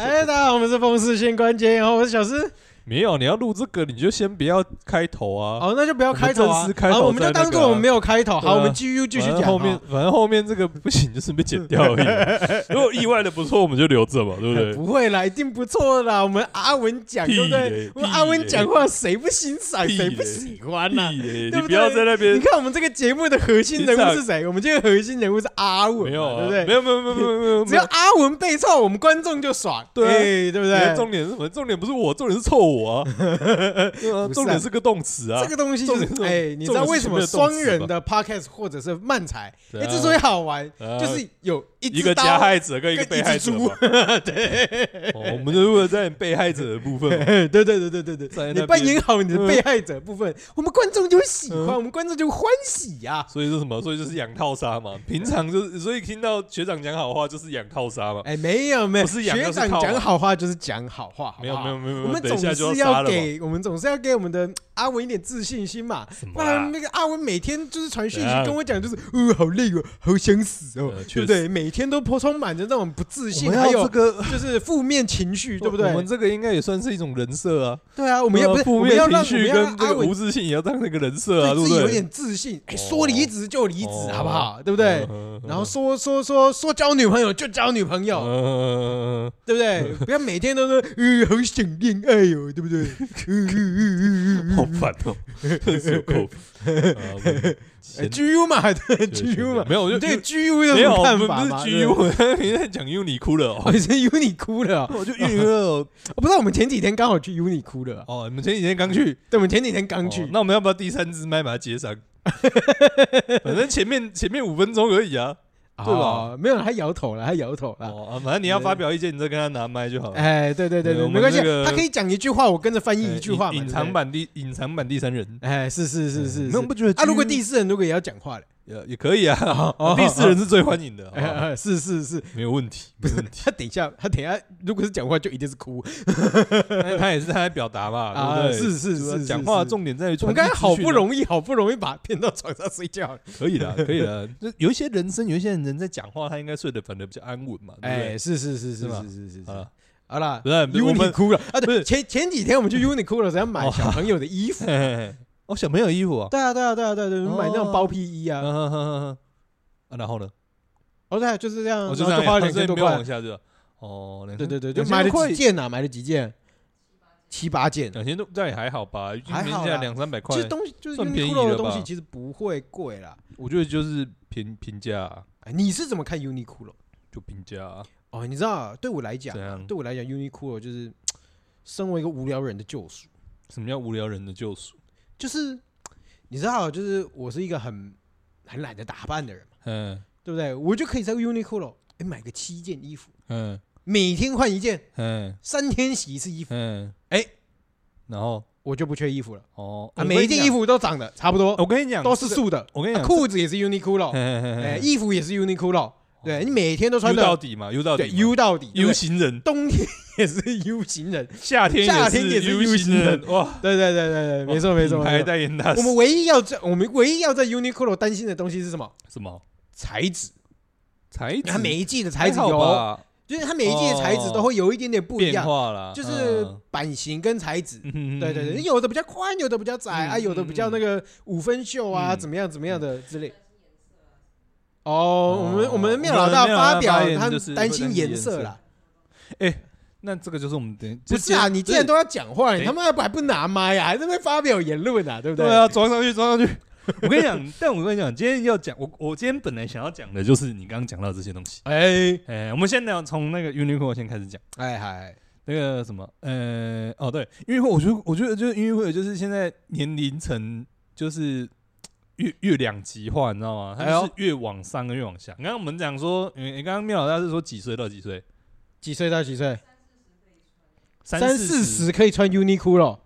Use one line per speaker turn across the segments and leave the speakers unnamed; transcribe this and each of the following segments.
哎们是风湿性关节炎哦，我是小诗。
没有，你要录这个，你就先不要开头啊。
好，那就不要开头
我们
啊
正式开，头
好，我们
再
就
那个啊
当做我们没有开头。
对啊
好，我们继续继续
反
讲
正
啊。
后面，反正后面这个不行，就是被剪掉而已。如果意外的不错，我们就留着嘛，对不对？
不会啦，一定不错啦。我们阿文讲，
屁
对不
嘞
对？我们阿
屁
文
嘞
讲话，谁不欣赏，
屁
谁
嘞
不喜欢呐？
屁耶
对
你
不对
不要在那
你
边
看我们这个节目的核心人物是谁？我们这个核心人物是阿文 嘛，
没有
对
啊，
不
没有
对？
没有没有没有没有没
只要
有。
阿文被臭，我们观众就爽，
对啊
哎对不
你的
对？
重点是什么？重点不是我，重点是臭我 啊！对啊
不是啊
重点是个动词啊
这！个东西就是
重点是什，么
哎，你知道为什么
重点
双
是前面
人
的
的 podcast 或者是漫才，
对啊
哎，之所以好玩，
啊
就是有一
一
只
个
刀
加害者跟一个
跟
被
一
害
只
者
猪
嘛，
对，
哦，我们就为了在被害者的部分嘛，
对对对对对对
在那边
对，你扮演好你的
嗯
被害者部分，我们观众就会喜欢，
嗯
我们观众就会欢喜啊呀。
所以是什么？所以就是养套杀嘛。平常就是，所以听到学长讲好话就是养套杀嘛。
哎，没有没有，
不是养
学
就是
长
套啊
讲好话就是讲好话，好
没
不
有
好
没有没有没有，
我们
等
总
一下就是杀
要
了嘛。
给我们总是要给我们的嗯阿文一点自信心嘛，
什
不
么
然
啊？
那个阿文每天就是传讯
怎
息
样
跟我讲，就是呃好累哦，好想死哦
呃，确实
对不对？每天都颇充满着那种不自
我
信，
们
还
要
有
这个，
就是负面情绪，对 不
我
对
们？这个应该也算是一种人设啊。
对啊，我们要不
呃
是
负
我们要
面
让
情
我们
绪
要让
跟这
阿
个
文
无自信也要当那个人设啊，对
对自
不
己有
对？
点自信，哎，
哦
说离职就离职，
哦
好不好？对不对？
嗯
然后说说说说交女朋友就交女 朋友，
嗯，
对不对？不要每天都说，呃，好想恋爱哦，对不对？呃呃 呃呃呃
好烦哦，真是有够 烦。啊我们
呃
先
GU 嘛，
确
对
实
GU 嘛，
没有我就
你对 GU 有
没
什
有，
么
我
看
们
法
不
嘛？
是
对不对
GU，你在讲 UNI 哭了
哦，
哦。
你是 UNI 哭了哦，
我就 UNI 了
我不知道我们前几天刚好去 UNI 哭了哦，
哦，你们前几天刚去，
对，我们前几天刚
哦
去，
那我们要不要第三支麦把它接 上？反正前面前面五分钟而已啊。对吧
哦？没有，他摇头了，他摇头了。
哦，啊反正你要发表意见，你再跟他拿麦就好了。
嗯哎，对对对
对
对，
我们
没关系
那，个
他可以讲一句话，我跟着翻译
呃
一句话嘛。
隐
对
隐
不
藏
对，
版第隐藏版第三人，
哎，是是是是
嗯
是。
那我不觉得
啊，如果
基
第四人如果也要讲话嘞，
也也可以 啊
哦，
第四人是最欢迎的，好不
哎
好
哎是是是，
没有问题，
不
没
是
问题。
他等一下，他等一下，如果是讲话就一定是哭
但是他也是他在表达嘛，
啊
对不对？
是是
就是
是
讲话
是
重点在于
我
传
们
递
刚
资讯啊。
才好不容易，好不容易把他骗到床上睡觉了。
可 以的，可以的。就有一些人生，有一些人在讲话，他应该睡得反正比较安稳嘛，对
哎，是是是
是
是
吧
是是是
不对？
是
啊，，
好啦
不是不是我
，Uni
们
哭了啊！
不是
对，前前几天 我们去 Uni 哭了，想要买
哦
小朋友的衣服。
嘿嘿嘿 哦，小朋友衣服啊，
对啊对啊对啊对啊对啊，
哦
买那种包皮衣
嗯
啊。
哼哼哼哼啊然后呢？
哦对啊，就是这样啊，
我就这
然
样，
后就花
哦
了两
所以
千多
没有
块
往。下就哦，两
对
千
对对，就
两千
买了
块
几件啊，买了几件，七八件。
两千多，这样也还好吧，
还好啦
现在两三百块
其实，东西就是
算便宜
Uniqlo
了
的
吧
东西，其实不会贵啦。
我觉得就是平平价啊，
哎你是怎么看 Uniqlo？
就平价啊，
哦，你知道啊，对我来讲
怎
啊，
样
对我来讲，Uniqlo 就是嘖身为一个无聊人的救赎。
什么叫无聊人的救赎？
就是嘖你知道，就是我是一个很很懒得打扮的人嘛，
嗯
对不对？我就可以在 Uniqlo 哎买个七件衣服，
嗯
每天换一件，
嗯
三天洗一次衣服，
嗯，
哎，
然后
我就不缺衣服了
哦，我
啊。
跟
每一
你
件
讲
衣，服都长得差不多，
我跟你讲
都
这
是
个
素的，
我跟你
啊
讲，
裤子也是 Uniqlo，哎，
哎
衣服也是 Uniqlo，对你每天都穿
哦 U 到
的
底嘛，U 到
对
底嘛
U 到底对不
U
对
型人，
冬天也是 U 型人，
夏天
夏天也
也
是
U
U
型
型
人，哇，
对对对对对， 没错没错。
还
没错
代言大使
我们唯一要在我们唯一要在 Uniqlo 担心的东西是什么？
什么
材质，
材质？
它每一季的材质
还好
有，
吧哦
就是它每一季的材质都会有一点点不一
变
样，
化啦，
就是
嗯
版型跟材质。
嗯
对对对，，有的比较宽，有的比较窄
嗯
啊，有的比较那个五分袖啊，
嗯
怎么样怎么样的之类。哦，我们
哦
我们妙老大
我们妙老大
发表
发言
他
就是会
担
担
心
心颜
颜色
色
啦，
那这个就是我们等
不是啊，你既然都要讲话了，你
对
他妈还不拿麦啊，还在那边发表言论啊，对不
哎对啊，装上去装上去。我跟你讲， 但我跟你讲，今天要讲我我今天本来想要讲的就是你刚刚讲到这些东西。
哎
哎，我们先聊从那个 Uniqlo 先开始讲。
哎嗨，
那个什么，呃，哦对，音乐会，我觉得我觉得就是音乐会，就是现在年龄层就是越越两极化，你知道吗？它
哎呦
就是越往上跟越往下。刚刚我们讲说，你、你刚刚妙老大是说几岁到几岁？
几岁到几岁？
三
四
十，
十可以穿 Uniqlo，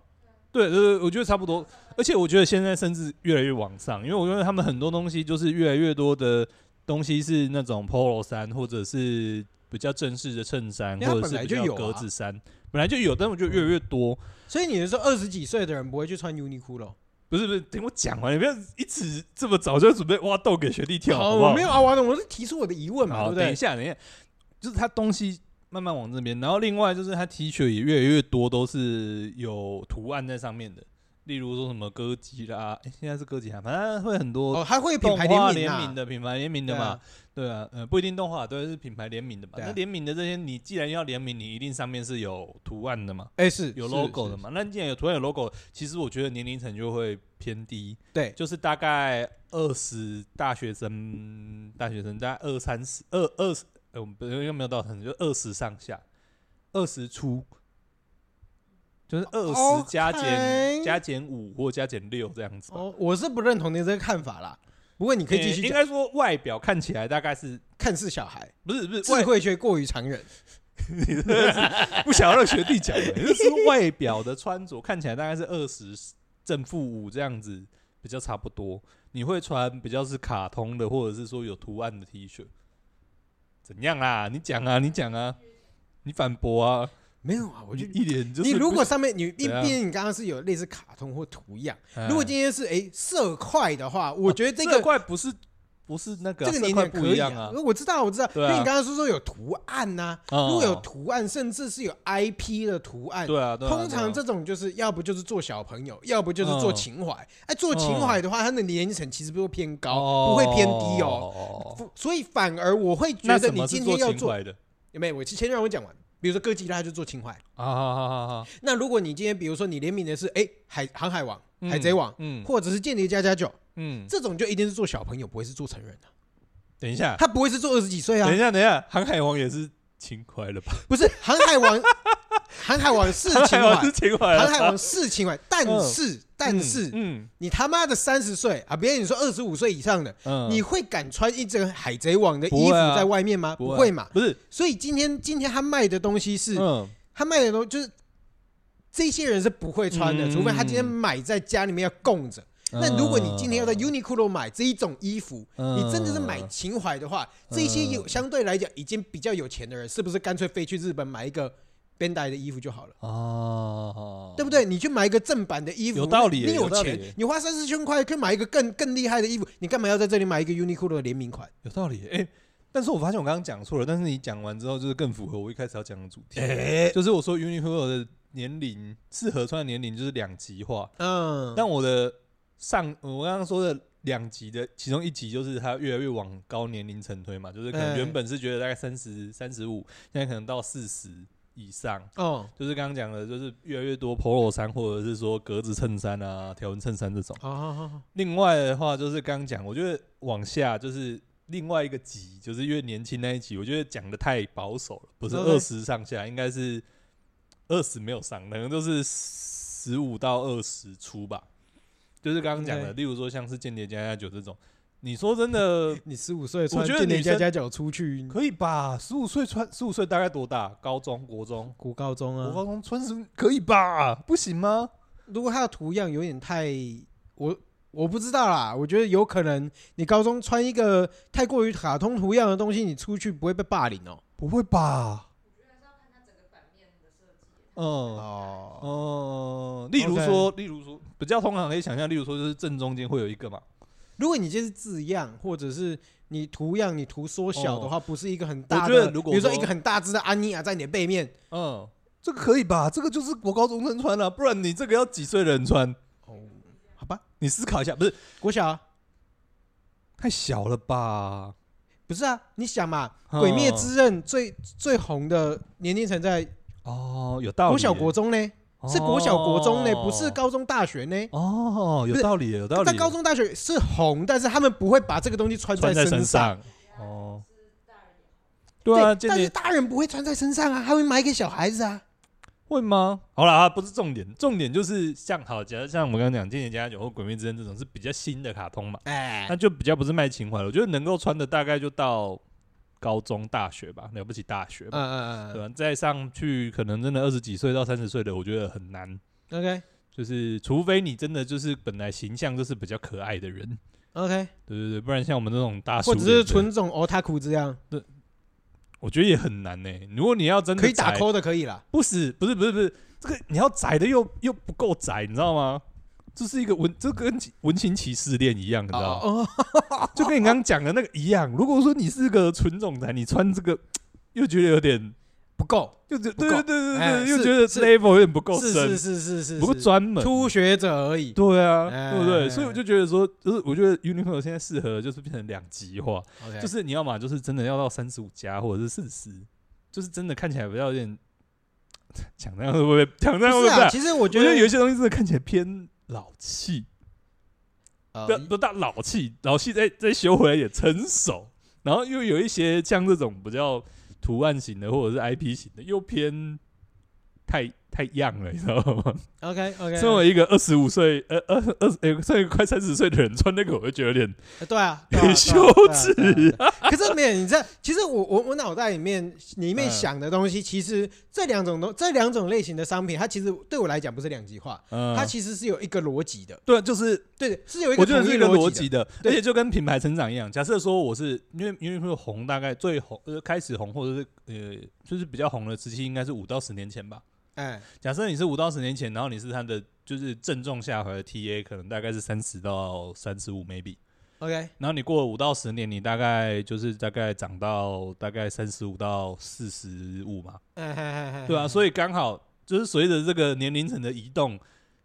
对对对，我觉得差不多。而且我觉得现在甚至越来越往上，因为我觉得他们很多东西就是越来越多的东西是那种 polo 衫，或者是比较正式的衬衫，
因为它
或者
本
是
来
比
就
较
有啊嗯
格子衫，本来就有，但我觉得越来越多。
所以你是说二十几岁的人不会去穿 Uniqlo？
不是不是，等我讲完，你不要一直这么早就准备挖洞给学弟跳，好不好？
我没有啊，完了，我是提出我的疑问嘛，
好，
对不
等一
对？
下，等一下，就是它东西慢慢往这边。然后另外就是它 T 恤也越来越多都是有图案在上面的，例如说什么歌姬啦，诶现在是歌姬啊，反正会很多
哦，还会有品
动
牌
画
名
联
啊
名的品牌联名的嘛，对啊，呃，不一定动画，都是品牌联名的嘛。
对啊
那联名的这些，你既然要联名，你一定上面是有图案的嘛，
哎、是
有
是
logo
是
的嘛。那既然有图案有 logo，其实我觉得年龄层就会偏低，
对，
就是大概二十大学生，大学生大概二三十，二二十，呃，我们不应该没有到三十，就二十上下，二十出。就是二十加减
OK
加减五或加减六这样子吧，
哦，我是不认同你这个看法啦。不过你可以继
诶
续
应
讲，
该说外表看起来大概是
看似小孩，
不是不是
智
外
慧却过于常人。
不想要让学弟讲的，就是外表的穿着看起来大概是二十正负五这样子比较差不多。你会穿比较是卡通的，或者是说有图案的 T 恤，怎样啊？你讲啊，你讲啊，你反驳啊！
没有啊，我
我
就
就一脸就是
你如果上面你毕
对啊
毕竟你刚刚是有类似卡通或图样，
哎
如果今天是哎色块的话，我觉得这
这
个
块不是不是那个啊色
这个年
块
龄
不
可
一
以
样啊，
我知道我知道，因
对啊
为你刚刚说说有图案啊呐，
嗯
如果有图案，甚至是有 IP 的图案。
对啊，对啊
通
对
常
啊
这种就是要不就是做小朋友，要不就是做
嗯
情怀。哎，做情怀的话，它的年龄层其实不会偏高，
哦
不会偏低哦。
哦
不所以反而我会觉
那
得
什
你
么是
今天要
情
做，
怀的
没有，我先让我讲完。比如说哥吉拉就做情怀，
啊？好好好好，
那如果你今天比如说你联名的是哎海航海王、
嗯
海贼王，
嗯
或者是间谍加加九，
嗯，
这种就一定是做小朋友，不会是做成人的、
等一下，
他不会是做二十几岁啊
等一，下，等一下，航海王也是情怀了吧？
不是航海 王，航海王是
航
情
海王
怀
是，情怀了吧，
航海王是情怀，但是、但是、
嗯
你他妈的三十岁啊，别人你说二十五岁以上的，
嗯，
你会敢穿一整海贼王的衣
不
服
会啊
在外面吗？不
会
会嘛，
不是
所以今天今天他卖的东西是，
嗯
他卖的东西就是这些人是不会穿的，
嗯
除非他今天买在家里面要供着。那如果你今天要在 Uniqlo 买这一种衣服，
嗯
你真的是买情怀的话，这些有相对来讲已经比较有钱的人，是不是干脆飞去日本买一个 Bandai 的衣服就好了？
哦，
对不对？你去买一个正版的衣服，
有道理耶
你有
有道理耶
钱，你花三四千块可以买一个更更厉害的衣服，你干嘛要在这里买一个 Uniqlo 的联名款？
有道理。哎，但是我发现我刚刚讲错了，但是你讲完之后就是更符合我一开始要讲的主题，就是我说 Uniqlo 的年龄适合穿的年龄就是两极化，
嗯，
但我的上我刚刚说的。两集的其中一集就是它越来越往高年龄层推嘛，就是可能
哎
原本是觉得大概三十三十五，现在可能到四十以上，
哦
就是刚刚讲的，就是越来越多 polo 衫或者是说格子衬衫啊、条纹衬衫这种。
好好好好，
另外的话，就是刚刚讲，我觉得往下就是另外一个级，就是越年轻那一级，我觉得讲的太保守了，不是
OK
二十上下，应该是二十没有上，可能都是十五到二十出吧。就是刚刚讲的，
OK
例如说像是《间谍加加九》这种，你说真的
你十五岁
我
穿
觉得
间谍
女生
加加脚出去，
可以吧？十五岁穿，十五岁大概多大？高中、国中、
古高中
国
啊，
高中穿什么可以吧？不行吗？
如果它的图样有点太，我我不知道啦，我觉得有可能你高中穿一个太过于卡通图样的东西，你出去不会被霸凌哦。
不会吧？嗯
哦，
嗯，例如说，例如说，比较通常可以想象，例如说，就是正中间会有一个嘛，
如果你这是字样，或者是你图样你图缩小的话，不是一个很大
哦我觉
的，
得如果
比如说
说
一个很大只的安妮亚在你的背面，
嗯，这个可以吧？这个就是国高中生穿了、不然你这个要几岁的人穿？
哦，好吧，
你思考一下，不是
国小啊
太小了吧？
不是啊，你想嘛，
嗯
《鬼灭之刃》最最红的年龄层在
哦，有道理耶，
国小国中呢，是国小国中呢，不是高中大学呢。
哦，有道理耶，有道理
在
耶，
高中、大学是红，但是他们不会把这个东西穿
穿在
身
身上
上。
哦，
对
对啊，间
但
谍
是大人不会穿在身上啊，他会买给小孩子啊。
会吗？好啦，不是重点，重点就是像好，假如像我们刚刚讲《间谍加加九》或《鬼灭之刃》这种是比较新的卡通嘛，
哎
那，就比较不是卖情怀了。我觉得能够穿的大概就到高中、大学吧，了不起大学
嗯
吧，
嗯
对吧？再上去可能真的二十几岁到三十岁的，我觉得很难。
嗯，OK
就是除非你真的就是本来形象就是比较可爱的人，
OK，
对对对，不然像我们这种大叔
或
脸
者
的，
是纯种 otaku 这样，
我觉得也很难呢、欸如果你要真的
可以打
宅
call 的可以啦。
不是不是不是不是，这个你要窄的又又不够窄，你知道吗？这是一个文，这跟文情骑士恋一样，你知道吗？
哦，
就跟你刚刚讲的那个一样。如果说你是个纯种宅，你穿这个又觉得有点
不够，
又觉
不够
对对对对
哎
对，又
是
觉得
是
level 有点不够
是
深
是，是是是，
不够
是
专门。
初学者而已。
对啊，
哎
对不对？所以我就觉得说，就是我觉得 Uniqlo 现在适合就是变成两极化，
OK
就是你要嘛就是真的要到三十五加或者是四十，就是真的看起来比较有点讲那样会不会讲那样会
不
不
是
会
啊，
啊？
其实我
我觉
觉
得
得
有一些东西真的看起来偏老气，
呃
不啊不大老气，老气再再修回来也成熟，然后又有一些像这种比较图案型的或者是 IP 型的，又偏太太样了，你知道吗？
OK OK，
身为一个二十五岁，呃二二十，哎，身为一个快三十岁的人穿那个，我就觉得有点
呃对 啊，对啊
很羞耻。
对啊对啊对啊对啊可是没有，你知道，其实我我我脑袋里面里面
嗯
想的东西，其实这两种东这两种类型的商品，它其实对我来讲不是两极化，
嗯
它，其实是有一个逻辑的，
对，啊就是
对，是有一
我
个
觉得
统
是
一
一个逻
逻
辑
辑的。
的，而
对
且就跟品牌成长一样。假设说我是因为因为会红，大概最红呃开始红或者是呃就是比较红的时期，应该是五到十年前吧。
哎，
假设你是五到十年前，然后你是他的就是正中下怀的 TA，可能大概是三十到三十五 maybe。
OK，哎
然后你过了五到十年，你大概就是大概涨到大概三十五到四十五嘛，
哎哎哎，
对啊，
以
所以刚好就是随着这个年龄层的移动，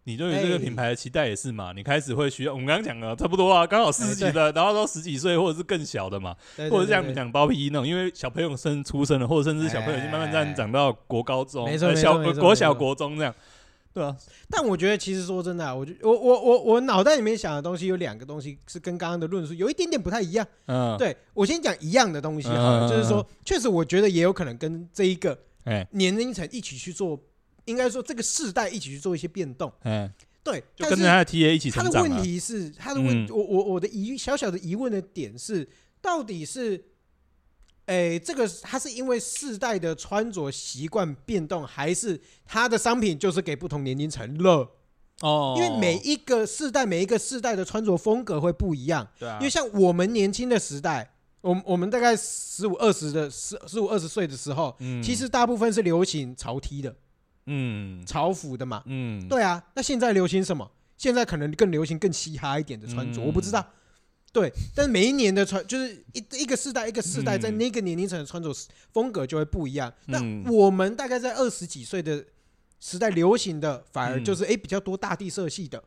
你对于这
哎
个品牌的期待也是嘛，你开始会需要，我们刚刚讲的差不多啊，刚好四十几的，然后到十几岁或者是更小的嘛，或者是像我们讲包皮衣那种，因为小朋友生出生了，或者甚至小朋友已经慢慢这样长到国高中，
没错
呃
没错
小
没错
国
没
小
错
国中这样，对啊，
但我觉得，其实说真的啊、我就我我我我脑袋里面想的东西有两个东西是跟刚刚的论述有一点点不太一样。
嗯，，
对我先讲一样的东西好
嗯
了，
嗯嗯
就是说，确实我觉得也有可能跟这一个
哎
年龄层一起去做，应该说这个世代一起去做一些变动。
哎，
对，
就
但
跟
是
着他的 TA 一起
他
成
的
长
问
啊，
题是，他的问，
嗯
我我我的疑小小的疑问的点是，到底是，诶，这个他是因为世代的穿着习惯变动，还是他的商品就是给不同年龄层了？
哦，
因为每一个世代，每一个世代的穿着风格会不一样。
对啊
因为，像我们年轻的时代，我们我们大概十五二十的十十五二十岁的时候，
嗯
其实大部分是流行潮 T 的、
嗯
潮服的嘛。
嗯，
对啊，那现在流行什么？现在可能更流行更嘻哈一点的穿着，
嗯
我不知道。对，但是每一年的穿就是一一个世代一个世代，
嗯
在那个年龄层的穿着风格就会不一样。那
嗯
我们大概在二十几岁的时代流行的，反而
嗯
就是诶比较多大地色系的。
哦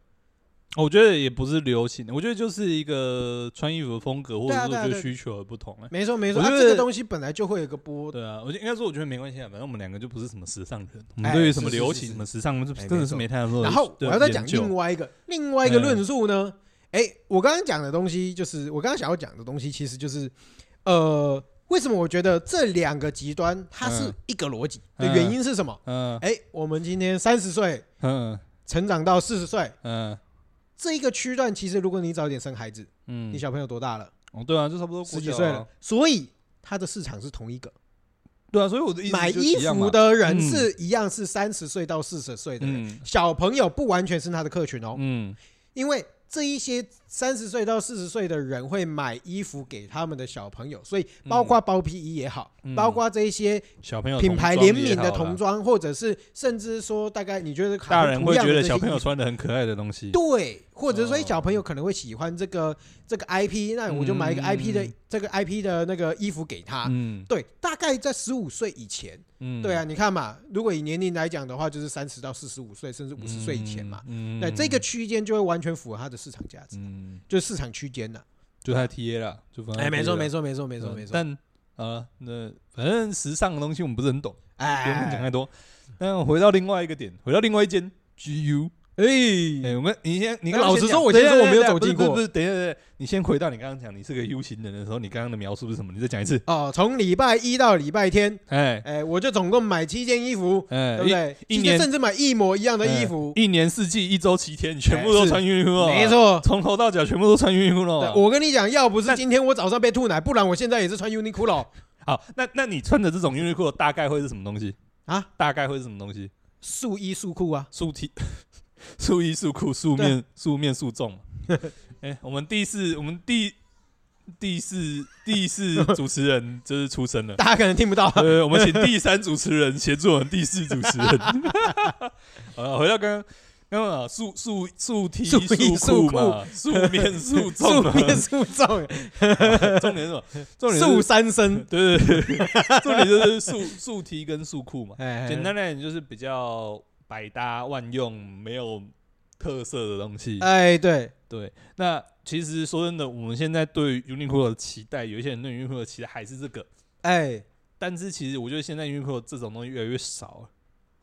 我觉得也不是流行，我觉得就是一个穿衣服的风格或者
对啊
是
对啊
我觉
对
得
啊
需求的不同、欸，
没错没错，
我
啊，
觉
这个
得
东西本来就会有个波，
对啊，我觉得应该说，我觉得没关系啊，反正我们两个就不是什么时尚人，我们
哎
对于什么
是是
流
是
行、
是
什么时尚，就真
哎
的
没错
是没太多的。
然后我要再讲另
外，
外一个另外一个论述
嗯
呢，哎、我刚刚讲的东西就是我刚刚想要讲的东西，其实就是呃，为什么我觉得这两个极端它是
嗯
一个逻辑的原因是什么？
嗯
哎、我们今天三十岁
嗯
成长到四十岁
嗯
这一个区段，其实如果你早点生孩子，
嗯
你，小朋友多大了？
哦，对啊，就差不多
十
国
几
小
岁
啊
了，，所以。它的市场是同一个，
对啊，所以我的意思
买
就
衣
一样
服
嘛，
的人
嗯
是一样是三十岁到四十岁的人，
嗯
小朋友不完全是他的客群哦，
嗯
因为这一些三十岁到四十岁的人会买衣服给他们的小朋友，所以包括包皮衣也好，
嗯
包括这一些
小朋友
品
童
牌
装
联
也
名的
好
童
啦，
装，或者是甚至说大概你觉得卡
大
通
人
图
会
样
觉
的
得
这
小
些
朋友
衣服
穿的很可爱的东西，
对，或者说
哦
小朋友可能会喜欢这个这个 IP，那我就买一个
嗯
IP 的、这个 IP 的那个衣服给他。
嗯
对，大概在十五岁以前，
嗯，
啊对啊，你看嘛，如果以年龄来讲的话，就是三十到四十五岁，甚至五十岁以前嘛，
嗯，嗯
对，这个，区间就会完全符合它的市场价值，
嗯，
就是市场区间呐。
就他 TA 啦，就放在
哎，没错，没
错，
错，没错，没
没
错，没
嗯
错。
但啊，那反正时尚的东西我们不是很懂。不用讲
哎，
太多。但回到另外一个点，回到另外一间 GU，哎、
哎，
我们你先，你
哎
刚刚
老实
先
说
讲
我先
等一
说
下
我没
等一
有
下
走进
不是
过
不是，等一下，等一下，你先回到你刚刚讲你是个 U 型人的时候，你刚刚的描述是什么？你再讲一次。
哦，从礼拜一到礼拜天，
哎
哎，我就总共买七件衣服，
哎
对不对？
一一
其实
年哎
甚至买一模一样的衣服，
一年四季一周七天，你全部都
是
穿优衣哦库了，
没，错。
从头到脚全部都穿优衣库
对
了。
我跟你讲，要不是
但
今天我早上被吐奶，不然我现在也是穿 Uniqlo
好，那那你穿的这种优衣库大概会是什么东西？
啊，
大概会是什么东西？
素衣素裤啊。
素体、 素衣、素裤、素面、素面、素 粽嘛。哎、我们第四，我们第第四第 四主持人就是出生了。
大家可能听 不到，
呃，我 们请第三主持人协助我们第四主持人。好了，回到刚刚，那么素素素 T
素
素
衣素
裤嘛，素面素
素
粽嘛，
面素粽，
重点是什么？重点
素
是
三生，
对对对， 重点就是素素 T 跟素裤嘛。
哎，
简单来讲就是比较百搭万用，没有特色的东西。
哎，对，
对，那其实说真的，我们现在对于 Uniqlo 的期待，有一些人对 Uniqlo 的期待还是这个，
哎，
但是其实我觉得现在 Uniqlo 这种东西越来越少了。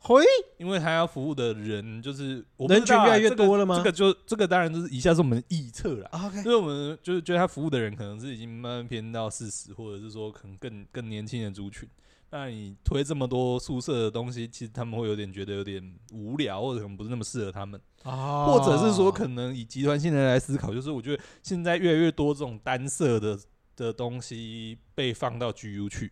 嘿，
因为他要服务的人就是我不
人
知
群
道啊
越来越
这个
多了吗
这个就这个当然就是以下是我们的臆测啦，
？OK，
就是我们就是觉得他服务的人可能是已经慢慢偏到四十，或者是说可能更更年轻的族群。那你推这么多宿舍的东西，其实他们会有点觉得有点无聊，或者可能不是那么适合他们，
或
或者是说可能以集团性的来思考，就是我觉得现在越来越多这种单色的的东西被放到 GU 去，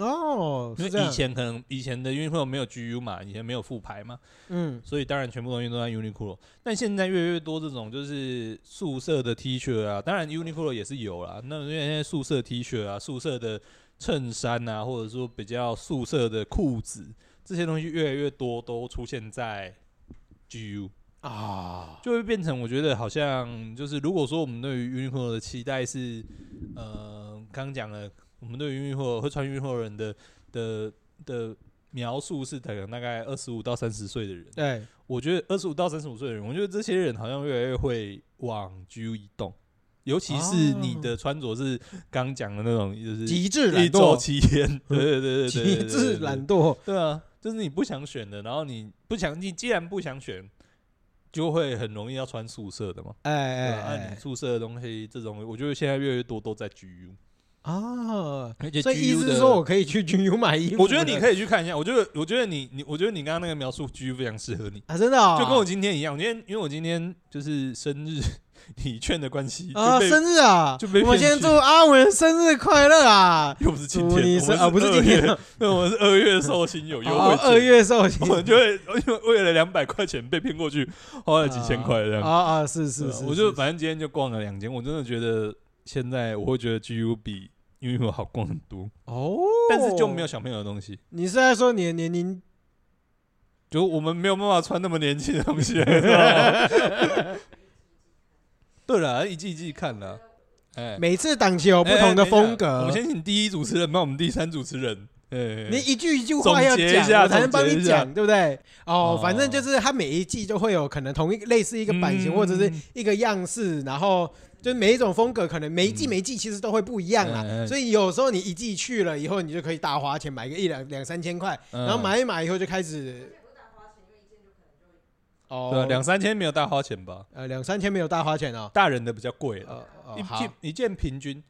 哦，
因
是这
为
样
以，前可能以前的运会没有 GU 嘛，以前没有复牌嘛，
嗯，
所以当然全部东西都在 Uniqlo。但现在越来越多这种就是宿舍的 T 恤啊，当然 Uniqlo 也是有啦。那因为现在宿舍 T 恤啊、宿舍的衬衫啊，或者说比较宿舍的裤子这些东西越来越多都出现在 GU，
啊，
就会变成我觉得好像就是如果说我们对于 Uniqlo 的期待是，呃，刚刚讲了，我们对于 Uniqlo 会穿 Uniqlo 的人的的的描述是可能大概二十五到三十岁的人。
对，
我觉得二十五到三十五岁的人，我觉得这些人好像越来越会往 GU 移动，尤其是
哦
你的穿着是刚讲的那种，就是
极致懒
一周
惰，
七天，对对对对对对
极
对，
致
对
懒，惰，
对啊，就是你不想选的，然后你不想，你既然不想选，就会很容易要穿宿舍的嘛，对
哎哎
啊，啊你
哎，
宿舍的东西这种，我觉得现在越来越多都在 GU，
啊，
而且
所以意
GU
思
的
是说我可以去军友买衣服了，
我觉得你可以去看一下，我觉得我觉得你你我觉得你刚刚那个描述 GU 非常适合你。
啊，真的哦，
就跟我今天一样，我今天因为我今天就是生日 礼券的关系，
啊
就被
生日啊
就被，
我们
骗
先
去
祝阿文生日快 乐啊！
又不是今
祝
天，
你
我们
生啊，不是今天
2月，，对，我们是二月寿星有优
哦
惠，
二
券，
月寿星
我，们就会因为为了两百块钱被骗过去，花了几千块这样。
啊啊，是是
对啊
是，
我就是反正今天就逛了两间，我真的觉得现在我会觉得 GU 比 UNIQLO 好逛很多，
哦，
但是就没有小朋友的东西，
你是在说你的年龄？
就我们没有办法穿那么年轻的东 西。你知道吗对了，一季一季看了，哎，
每次档期有哦不同的风
哎哎等一下我
格
们，先请第一主持人帮我们第三主持人，哎，
你一句一句话要
总结一下
讲，我才能帮
总
你
结一下
讲，对不对？哦
哦，
反正就是它每一季就会有可能同一个类似一个版型
嗯
或者是一个样式，然后就是每一种风格，可能每一季
嗯
每一季其实都会不一样啦。
嗯嗯
所以有时候你一季去了以后，你就可以大花钱买个一两两三千块，
嗯
然后买一买以后就开始。哦，
对啊两三千没有大花钱吧？
呃两三千没有大花钱哦。
大人的比较贵了，
呃，哦
一
好
件，一件平均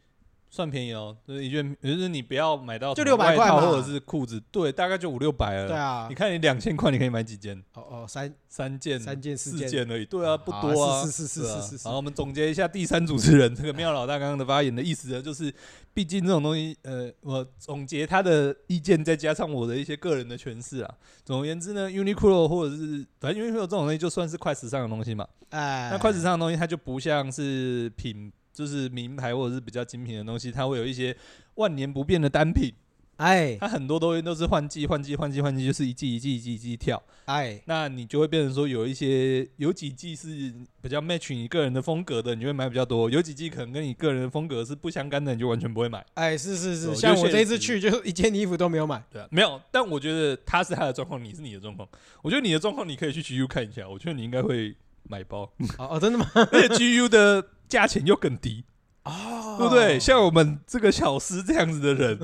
算便宜哦，就是一件就是你不要买到
就
什么
600
外套
块嘛
或者是裤子，对，大概就五六百了。
对啊
你，看你两千块你可以买几件？
哦哦三
三件、
三件四
四
件
件而已，对啊，不多
啊
啊。
是是是
对啊
是是是是
好，我们总结一下第三主持人这个妙老大刚刚的发言的意思呢，就是毕竟这种东西，呃，我总结他的意见，再加上我的一些个人的诠释啊。总而言之呢，Uniqlo 或者是反正 Uniqlo 这种东西就算是快时尚的东西嘛。
哎，
那快时尚的东西它就不像是品，就是名牌或者是比较精品的东西，它会有一些万年不变的单品。
哎
它很多东西都是换季、换季、换季、换季，就是一季一季一季一季跳。
哎
那你就会变成说有一些有几季是比较 match 你个人的风格的，你就会买比较多；有几季可能跟你个人的风格是不相干的，你就完全不会买。
哎，是是
对
是，
我
像
就
我
现
这一次
实
去就一件衣服都没有买。
对啊，没有。但我觉得他是他的状况，你是你的状况。我觉得你的状况你可以去 GU 看一下，我觉得你应该会买 包，
哦哦，真的吗？
而且 GU 的价钱又更低，
哦，
对不对？像我们这个小师这样子的 人，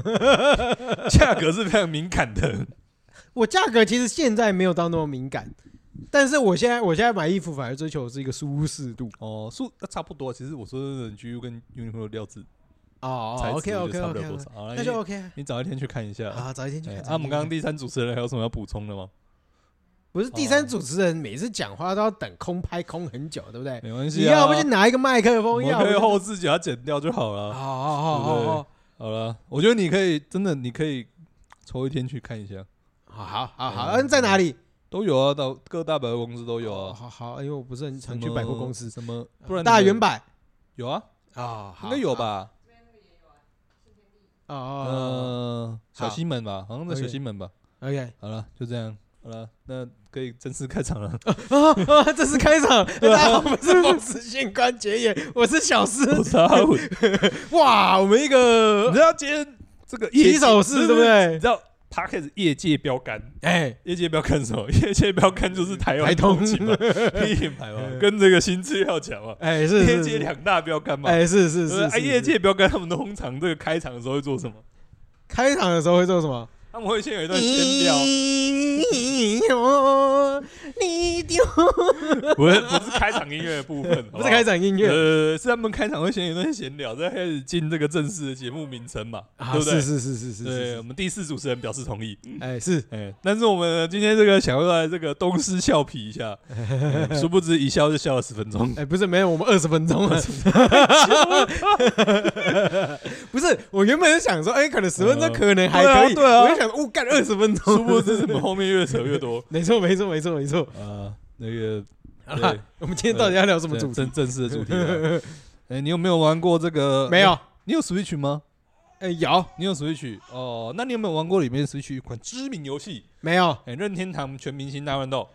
价格是非常敏感的。
我价格其实现在没有到那么敏感，但是我现在我现在买衣服反而追求的是一个舒适度。
哦，数那差不多。其实我说真的，GU 跟 Uniqlo 的料子
哦
材质
OK
就
OK
差不
OK，
了多少。好
那就 OK。
你早一天去看一下。
好，早一天去
哎，
看。
啊，我们刚刚第三主持人还有什么要补充的吗？
不是第三主持人，每次讲话都要等空拍空很久，对不对？
没关系、啊，
哎你要不就拿一个麦克
我
风，
们
要
可以
不
后置给它剪掉就好
哦
了。
哦哦
好了，我觉得你可以真的，你可以抽一天去看一下，
哦，好好好好，嗯，在哪里？
都有啊，到各大百货公司都有啊。
哦好好，因为我不是很
什
常
么
去百货公司，呃
什么，不然你
大
们
圆百
有啊，
啊，好
应该有？吧？呃
哦哦
嗯，小西门吧，好像在小西门吧。
哦，OK
好了，就这样，好了，那可以正式开场了。
啊 啊！这是开场，大
对啊
家好，我们是风湿性关节炎，我是小诗。
我是阿虎，你
哇，我们一个
知道今天这个业界
起呃手式，对不？
你
对？
知道 p a r k e s 业界标杆，
哎，
业界标杆是什么？ 业界标杆就是台湾
台通
品 嘛，品牌嘛，跟这个新资料讲嘛，
哎是
业
是
界
是，
两大标杆嘛。
哎是
对
是是
不对，哎，
是
业
是
界标杆他们通常这个开场的时候会做什么？
开场的时候会做什么？
他们会先有一段先
你
调，
丢，你丢，
不是不是开场音乐的部分，
不是开
场
场音乐
呃，是他们开场会先有一段闲聊，再开始进这个正式的节目名称嘛，
啊，
对不对？
是是是是是
对，我
是，
们第四主持人表示同意。
哎是，
哎、但是我们呢今天这个想要来这个东施效颦一 下，哎殊不知一笑就笑了十分钟。
哎不是没有，我们二十 分钟了， 不是，我原本是想说，哎，可能十分钟
嗯
可能还
对啊
可以，
对啊
我就想，哦，干二十分
殊
钟，
不知怎么后面越扯越多
没错没错没错没错。
啊、那 个
好啦
对
我们今天到底要聊什么
正
主题？
正正式的主题了。 哎、你有没有玩过这个？
没有
哎，你有 Switch 吗？
哎，有
你有 Switch 哦？那你有没有玩过里面 Switch 一款知名游戏？
没有？
哎、任天堂全明星大乱斗，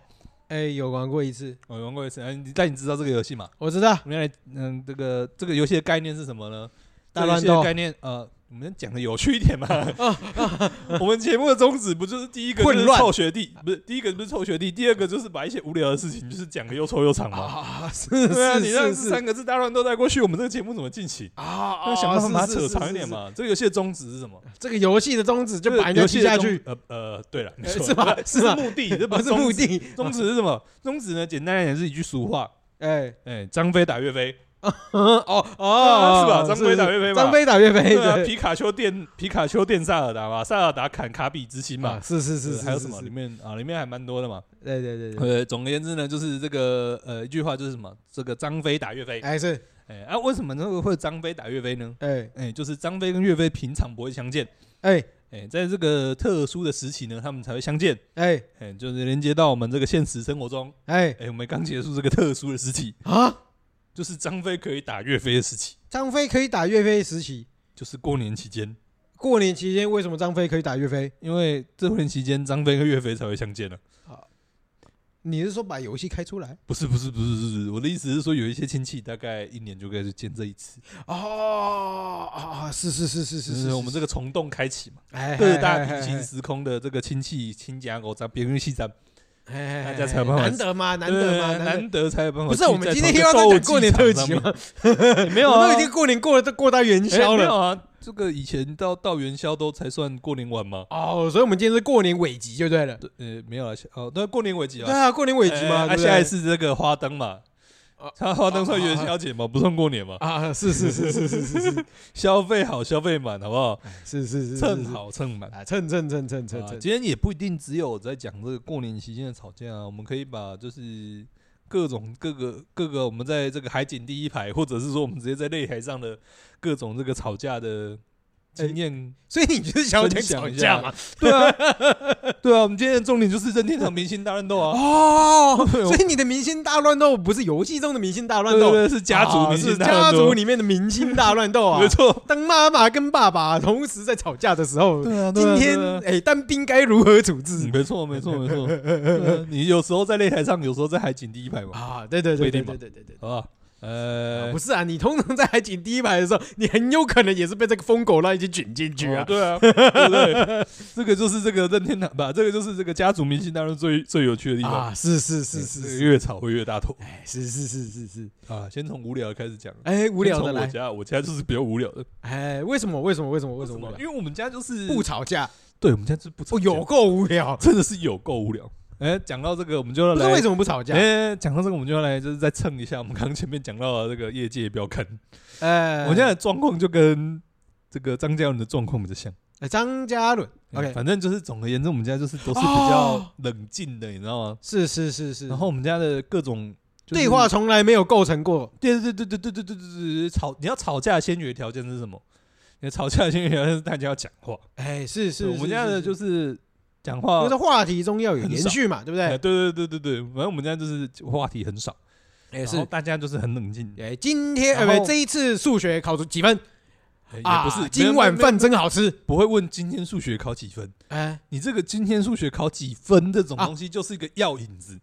哎，有玩过一次，
我、玩过一次。哎、你但你知道这个游戏吗？
我知道。
我们来，嗯，这个这个游戏的概念是什么呢？
大乱斗
这个游戏的概念，呃，我们讲的有趣一 点嘛。我们节目的宗旨不就是第一个就是
混乱
臭学弟，不是第一个不是臭学弟，第二个就是把一些无聊的事情就是讲的又臭又长嘛。
啊， 是
对啊，
是
你让
是
这
是
三个字大乱斗带过去，我们这个节目怎么进行？
啊，
要想办法把它扯
是
长一点。
是是是
嘛。这个游戏的宗旨是什么？
是这个游戏的宗旨就
这个
把人家
游戏
踢
的
下
宗
去，
呃呃，对了，没
哎
错，
是吧
不
是吧
目的， 这
不
不
是目
宗旨。
的。
宗旨是什么？宗旨呢？简单来讲是一句俗话，
哎，
哎，张飞打岳飞。
哦哦，
啊是吧张飞打
是
岳飞嘛
张飞打岳飞，
对啊，
哎对
皮卡丘电皮卡丘电萨尔达嘛，萨尔达砍卡比之心
啊
嘛，
是是是是，
还有
是
什么？
是
里面啊，里面还蛮多的嘛。
对对对对，
呃，总而言之呢，就是这个呃一句话就是什么，这个张飞打岳飞。
哎是
哎啊，为什么那个会张飞打岳飞呢？
哎
哎，就是张飞跟岳飞平常不会相见，
哎
哎，在这个特殊的时期呢，他们才会相见。
哎
哎，就是连接到我们这个现实生活中。
哎
哎，我们刚结束这个特殊的时期，
啊！
就是张飞可以打岳飞的时期，
张飞可以打岳飞时期，
就是过年期间，
过年期间为什么张飞可以打岳飞？
因为这过年期间张飞跟岳飞才会相见呢。
你是说把游戏开出来？
不是不是不是不是，我的意思是说，有一些亲戚大概一年就该是见这一次，
哦啊，是是是是
就是是
是，
嗯我们这个虫洞开启嘛，
哎
各大平行时空的这个亲戚亲家狗咱别用细咱，
大
大家才有办法
哎难得吗？难得吗？
对难得才有办法
不
聚
是
在
我
同一
们
个斗
今
鸡
天
场上面。
又要再讲过年特辑吗？
哎？没有
我
啊，
们都已经过年过了，都过到元宵
哎没
了
有。啊，这个以前到到元宵都才算过年晚嘛。
哦，所以我们今天是过年尾集就对了。
对，呃，没有啊，哦，对，过年尾集
对
啊，
啊，过年尾集嘛。
哎啊，
对不对
下一次这个花灯嘛
啊。
它花灯算元宵节嘛，不算过年嘛。
啊，是是是是是是是
消费好，消费满，好不好？
是是是
蹭好蹭满。
啊，蹭蹭蹭蹭蹭
啊
蹭。
今天也不一定只有在讲这个过年期间的吵架啊，我们可以把就是各种各个各个我们在这个海景第一排，或者是说我们直接在擂台上的各种这个吵架的经验，
所以你就是想要讲吵架嘛？
对啊，对啊，我们今天的重点就是任天堂明星大乱斗啊，
哦，所以你的明星大乱斗不是游戏中的明星大乱
对
斗，
对对是家族
啊
明
是
星大乱
家
斗
族，里面的明星大乱斗 啊
没。错，
当妈妈跟爸爸同时在吵架的时候，
对啊，对
今
啊
天
对啊
哎，单兵该如何处
嗯
置
没错没错没错，对啊你有时候在擂台上，有时候在海景第一排嘛，
啊？对对对
不一
对
定嘛
对对对对。
好不好？
啊
呃
不，是啊，你通常在海景第一排的时候， 你很有可能也是被这个疯狗浪一起卷进去
哦
啊。
对 啊，对不对？这个就是这个任天堂吧，这个就是这个家族明星当中最最有趣的地方。
啊，是是是
嗯这个
是是，
越吵会越大头
哎，是是是是是，
啊！先从无聊的开始讲，
哎，无聊的
先从我
来，
家我家就是比较无聊的，
哎，为什么为什么为什么为什么无
因
聊？
为我们家就是
不，吵架，
对我们家就是不吵
哦，
架，
有够无 聊。
真的是有够无聊。哎，讲到这个，我们就要
不是为
来。
什么不吵架？
哎，讲到这个，我们就要来就是再蹭一下我们刚刚前面讲到的这个业界标杆。
哎，
我现在的状况就跟这个张嘉伦的状况比较像。
在张嘉伦
哎
，OK，
反正就是总而言之，我们家就是都是比较冷静的，你知道吗？
是是是是，
然后我们家的各种、就是、
对话，从来没有构成过。
对对对对对对对对对对，吵你要吵架的先决条件是什么？你要吵架的先决条件是大家要讲话。
哎，是是，
对我们家的就是是讲
因
话
为这，话题中要有
很
延
少
续嘛，对不
哎对
对？
对对对对，反正我们家就是话题很少，
哎
然后大家就是很冷静。
哎，今天
然
哎，
后
这一次数学考出几分？
也
啊，
不是
今晚
没有没有
饭真好吃。
不会问今天数学考几分，
哎，
你这个今天数学考几分这种
啊
东西就是一个药引子，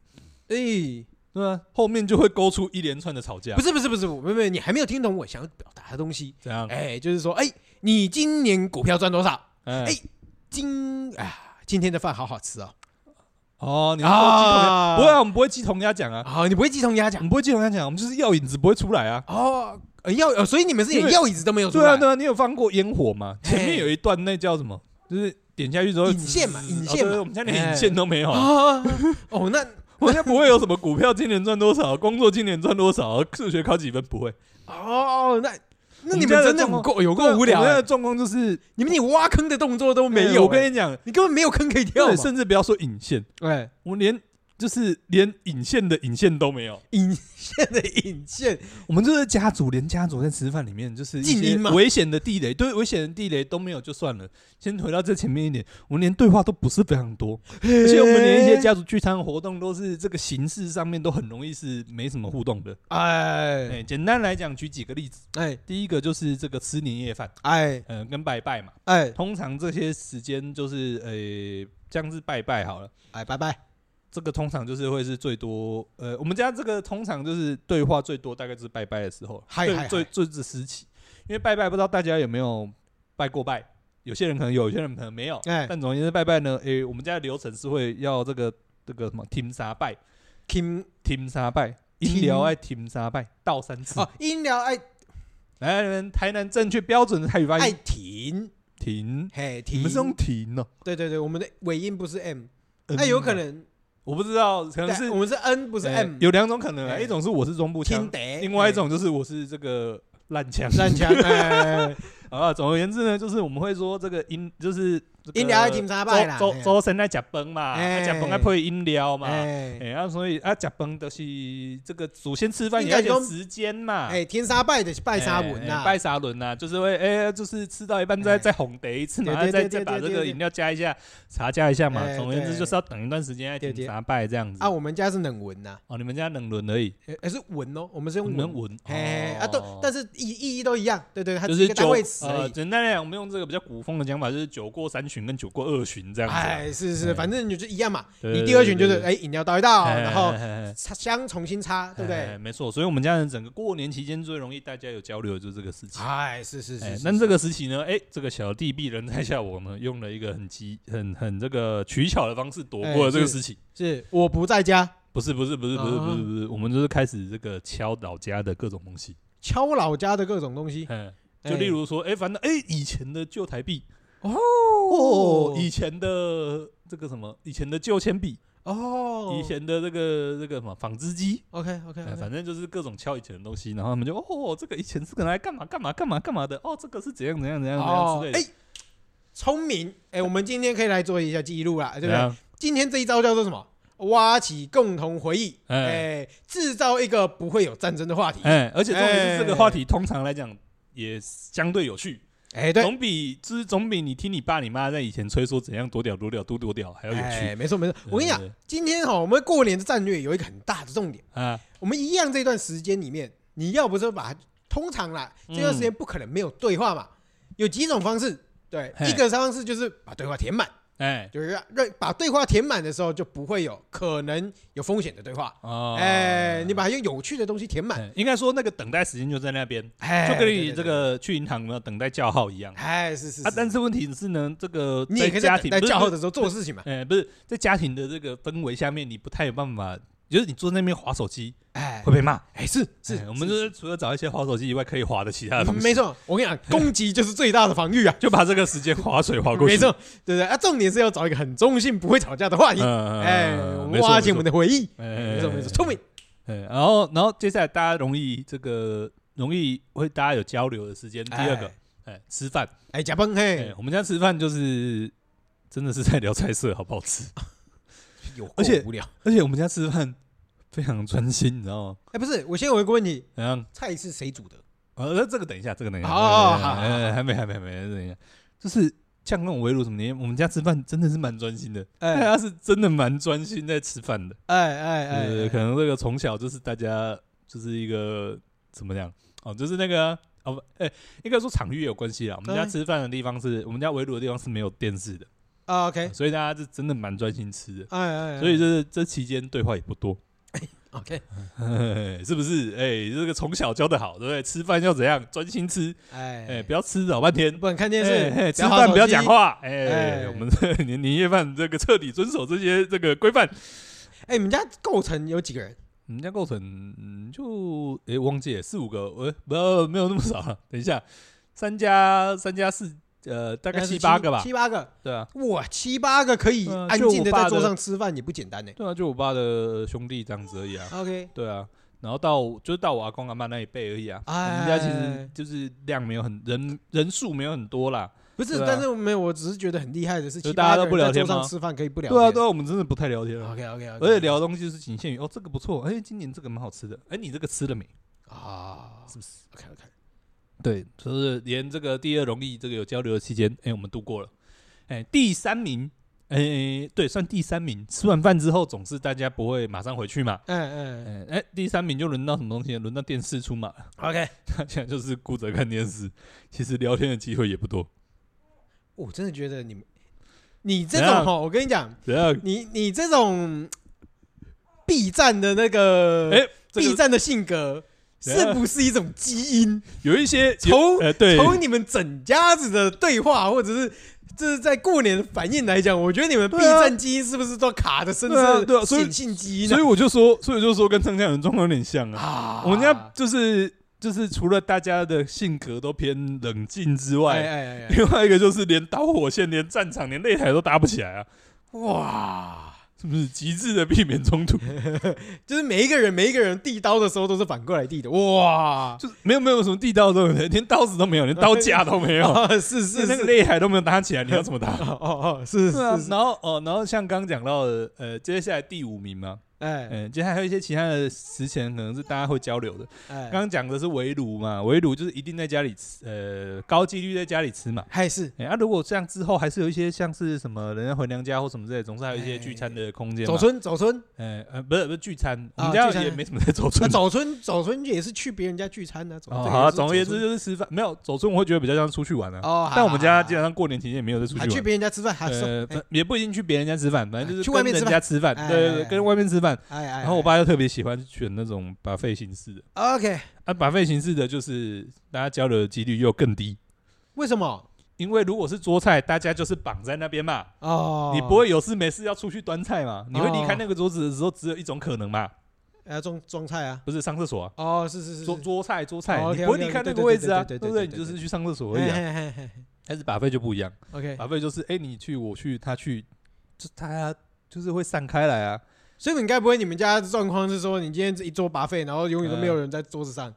哎，
对啊，后面就会勾出一连串的吵架
不，是不是不是，我没有没有，你还没有听懂我想要表达的东西。
怎样？
哎，就是说，哎，你今年股票赚多少？
哎
哎今啊，今天的饭好好吃哦。
哦，你们不会鸡同鸭
啊，
不会啊，我们不会鸡同鸭讲啊，
好，你不会鸡同鸭
我
讲
们不会鸡同鸭讲，我们就是药引子不会出来啊。
哦。呃药，呃所以你们是
因
连
为
药椅子都没有出
对啊，
来。
对啊，你有放过烟火吗？
嘿
前面有一段那叫什么？就是点下去之后
引线嘛
滋
引
哦
线
对
嘛哎
我们家连引线都没有啊。
啊，哦，那
我现在不会有什么股票今年赚多少，工作今年赚多少，数学考几分不会。
哦，那那
我们
你们
家的
真的
状况
很够有够无聊
啊我现在
欸
的，状况就是
你们连挖坑的动作都没有欸。
哎我跟你讲，
你根本没有坑可以跳
对，
嘛。
甚至不要说引线，
哎，
我连就是连引线的引线都没有。
引线的引线，
我们就是家族，连家族在吃饭里面就是一
静
些
音吗
危险的地雷，对危险的地雷都没有就算了。先回到这前面一点，我们连对话都不是非常多，而
而
且我们连一些家族聚餐活动都是这个形式上面都很容易是没什么互动的。
哎
哎，简单来讲，举几个例子，
哎
第一个就是这个吃年夜饭，
哎
嗯，跟拜拜嘛，
哎
通常这些时间就是呃，这样是拜拜好了。
哎，拜拜。
这个通常就是会是最多，呃，我们家这个通常就是对话最多，大概就是拜拜的时候，
嗨嗨
最
嗨
最最这时期，因为拜拜不知道大家有没有拜过拜，有些人可能有，有些人可能没有，
哎
但总而言之拜拜呢，呃诶，我们家的流程是会要这个这个什么听沙拜，
，Kim
听沙拜，
听
音疗爱听沙拜，道三次，
哦，音疗爱
来来来，台南正确标准的泰语发
爱
音，
停，
停，
嘿
你
哎停，
们是用停哦，
对对对，我们的尾音不是 M，
嗯
那有可能
我不知道，可能
对
是
我们是 N 不
不
是 M，
有两种可能啊，
哎
一种是我是中部腔
听。得，
另外一种就是我是这个烂枪，
嘿 烂枪，哎
啊。总而言之呢，就是我们会说这个音，就是这个
音疗爱听沙拜啦
周
嘿
周周深在假崩嘛，啊
哎
假崩在配音疗嘛，哎
哎
啊，所以啊假崩都是这个祖先吃饭
应
也
该
要
说
点时间嘛。
哎，天沙拜的是拜沙文啊
哎
呐，
拜沙轮呐，就是会哎，就是吃到一半
哎
再再哄得一次，
对
然后
对
再
对
再
对
把这
对
个
对
饮料加一下，茶加一下嘛。
哎
总而言之，
对
就是要等一段时间再
对
点
对
沙拜这样子
啊，。我们家是冷文呐，
哦，你们家冷轮而已，
哎哎是文哦，我们是
你
用
们。文
哎啊，
哦
都但是意意义都一样，对对，它
就
只是一
是
个
酒
单位词而
呃，
已。
简单来讲，我们用这个比较古风的讲法，就是酒过三巡跟酒过二巡这样子啊。
哎，是是，
哎
反正你就一样嘛。
对
你第二群就是，
对
哎，饮料倒一倒，
哎
然后
哎哎哎
插香重新插， 对不
哎
对？
没错，所以我们家人整个过年期间最容易大家有交流的就是这个事情。
哎，是是
哎
是，，
那
是
这个时期呢，哎，这个小弟鄙人在下我呢，用了一个很急、很很这个取巧的方式躲过了这个事情。
哎是我不在家，
不是不是不是不是不是不
啊
是，我们就是开始这个敲老家的各种东西，
敲老家的各种东西。
嗯，
哎
就例如说，哎，反正哎以前的旧台币，
哦
哦，以前的这个什么，以前的旧铅笔，
哦，
以前的这个这个什么纺织机，
OK OK，
呃反正就是各种敲以前的东西，然后他们就哦，这个以前是可能来干嘛干嘛干嘛干嘛的，哦，这个是怎样怎样怎样怎样之类的，
哎，聪明哎，我们今天可以来做一下记录啦，对不
怎
对？
样
今天这一招叫做什么？挖起共同回忆，
哎
哎，制造一个不会有战争的话题。
哎，而且重点
哎
是这个话题通常来讲也相对有趣，
哎，对，
总比就是总比你听你爸你妈在以前吹说怎样多屌多屌多多屌还要有
哎，
趣。
没错没错。我跟你讲
对对，
今天哈，我们过年的战略有一个很大的重点。
啊，
我们一样这段时间里面，你要不是把它通常啦，
嗯
这段时间不可能没有对话嘛，有几种方式。对，
嘿
一个方式就是把对话填满，
哎
就是让让把对话填满的时候就不会有可能有风险的对话。
哦，
哎，你把它用有趣的东西填满，
哎应该说那个等待时间就在那边，
哎，
就跟
对
你这，个去银行呢等待叫号一样
对对哎，是是
啊。但
是
是问题是呢，这个
你
在
也可以
家
在
庭
在
不是
叫号的时候做事情嘛。
哎、不是在家庭的这个氛围下面，你不太有办法，就是你坐在那边划手机
哎
会被骂。
哎，是是
哎，我们就是除了找一些划手机以外，可以划的其他的东西，
没错，我跟你讲，攻击就是最大的防御啊。
就把这个时间划水划过去。
没错，对不对啊，重点是要找一个很中性、不会吵架的话题。
嗯，
哎，我
嗯
们挖起我
嗯
们。的回忆。
没
没
错
错
没
没
错
错，
哎，
聪明。
哎然后然后接下来大家容易这个容易会大家有交流的时间。第二个，哎，吃饭，
哎，假崩嘿
哎，，我们家吃饭就是真的是在聊菜色好不好吃，
啊有够
而且
无聊。
而且我们家吃饭非常专心，你知道吗？
哎，不是，我先有一个问题，
然后
菜是谁煮的？
啊，那这个等一下，这个等一下。
好
这个等一下
好好
哎还没，还没，还没，等一下。就是像那种围炉什么的，我们家吃饭真的是蛮专心的，大
哎
家是真的蛮专心在吃饭的。
哎哎
呃，
哎
可能这个从小就是大家就是一个怎么讲哦，就是那个啊哦不，哎、应该说场域也有关系啦。我们家
对
吃饭的地方是我们家围炉的地方是没有电视的，
啊，OK，
所以大家是真的蛮专心吃的。
哎哎，哎
所以这这期间对话也不多，
OK，
是不是？哎、这个从小教的好，对不对？吃饭要怎样专心吃，
哎
哎、不要吃老半天。
不能看电
哎哎
视，
吃
划
饭
手
不要
机
讲。话，哎、
哎
我们这 年年夜饭这个彻底遵守这些这个规范。
哎，你们家构成有几个人？
我们家构成嗯就诶、忘记了四五个，呃、不没有那么少了。等一下，三加三加四，呃，大
大
概七八个吧。
七八个，
对啊，
哇，七八个可以
嗯
安
就
静
我
的
爸
在
的
桌上吃饭也不简单呢。
对啊，就我爸的兄弟这样子而已啊。
OK，
对啊，然后到就是到我阿公阿妈那一辈而已啊。我
哎
们家其实就是量没有很人人数没有很多啦。
不是，
对啊
但是没有，我只是觉得很厉害的是，
就
七
大家
八
都
个
不
人
聊
在
天
桌上
吗
吃饭可以不聊
对啊，对
天。
啊，我们真的不太聊天了，
OK OK OK，
而且聊的东西就是仅限于哦这个不错，哎，今年这个蛮好吃的，哎，你这个吃了没？
啊
是不是？
，OK OK，
对，就是连这个第二容易这个有交流的期间，哎、我们度过了。哎、第三名，哎、对，算第三名。吃完饭之后，总是大家不会马上回去嘛。
嗯嗯
哎、哎、第三名就轮到什么东西呢？轮到电视出马了。
，OK，
大家就是顾着看电视，其实聊天的机会也不多。
我真的觉得你们，你这
怎
种
样
哈，我跟你讲，
然后，
你你这种 B 站的那个
哎、这
B
个
站的性格，
等一下
是不是一种基因？
有一些有
从
呃，对，
从你们整家子的对话，或者是这是在过年的反应来讲，我觉得你们 B
对啊
站基因是不是都卡的深
对啊
深
对啊所以
显性基因
所
啊
以我就说，所以我就说跟张嘉伦状况有点像啊。
啊？
我们家就是就是除了大家的性格都偏冷静之外，
哎哎 哎哎，
另外一个就是连导火线、连战场、连擂台都搭不起来啊，
哇！
是不是？极致的避免冲 突，
就是每一个人每一个人递刀的时候都是反过来递的，哇！
就是没有没有什么地道都没有，连刀子都没有，连刀架都没 有，
啊 是是
是那个
是，
擂台都没有搭起来，你要怎么 搭？
哦哦哦，是是
对啊
是，，
然后哦，然后像刚刚讲到的，呃，接下来第五名嘛，
哎
嗯，接下来还有一些其他的时前可能是大家会交流的。
哎，
刚刚讲的是围炉嘛，围炉就是一定在家里吃，呃，高几率在家里吃嘛。
还是
哎、啊，如果这样之后还是有一些像是什么人家回娘家或什么之类的，总是还有一些聚餐的空间嘛。
走村走村，
哎、呃，不是不是聚餐，我
啊
们家
聚餐
也没什么在走
那
村。
走村走村也是去别人家聚餐呢。
哦，
这 个
好啊，
也是
总而言之
走村
就是吃饭，没有走村，我会觉得比较像出去玩啊。
哦，
但我们家基
竟
本
然
上过年期间也没有在出去
还
玩。
去别人家吃饭，还
呃
送，哎
反也不一定去别人家吃饭，反正就是
去外面
跟
吃
人家吃饭，
哎
对对
哎
对，
哎
跟外面吃饭。
哎哎哎，
然后我爸就特别喜欢选那种把费形式的，
OK，
啊，把费形式的就是大家交流的几率又更低，
为什么？
因为如果是桌菜，大家就是绑在那边嘛，
哦，
你不会有事没事要出去端菜嘛？你会离开那个桌子的时候，只有一种可能嘛，
要种种菜啊？
不是上厕所啊，
哦，是是是，
桌桌菜桌菜，
哦
你
OK，OK，
不会离开那个位置啊，
对
对
对
不
对对对
对？
对对对
你就是去上厕所而已啊。
以
但是把费就不一样，
OK，
把费就是哎你去我去他去，就他就是会散开来啊。
所以你该不会你们家的状况是说，你今天一桌拔费，然后永远
哎
都没有人在桌子上，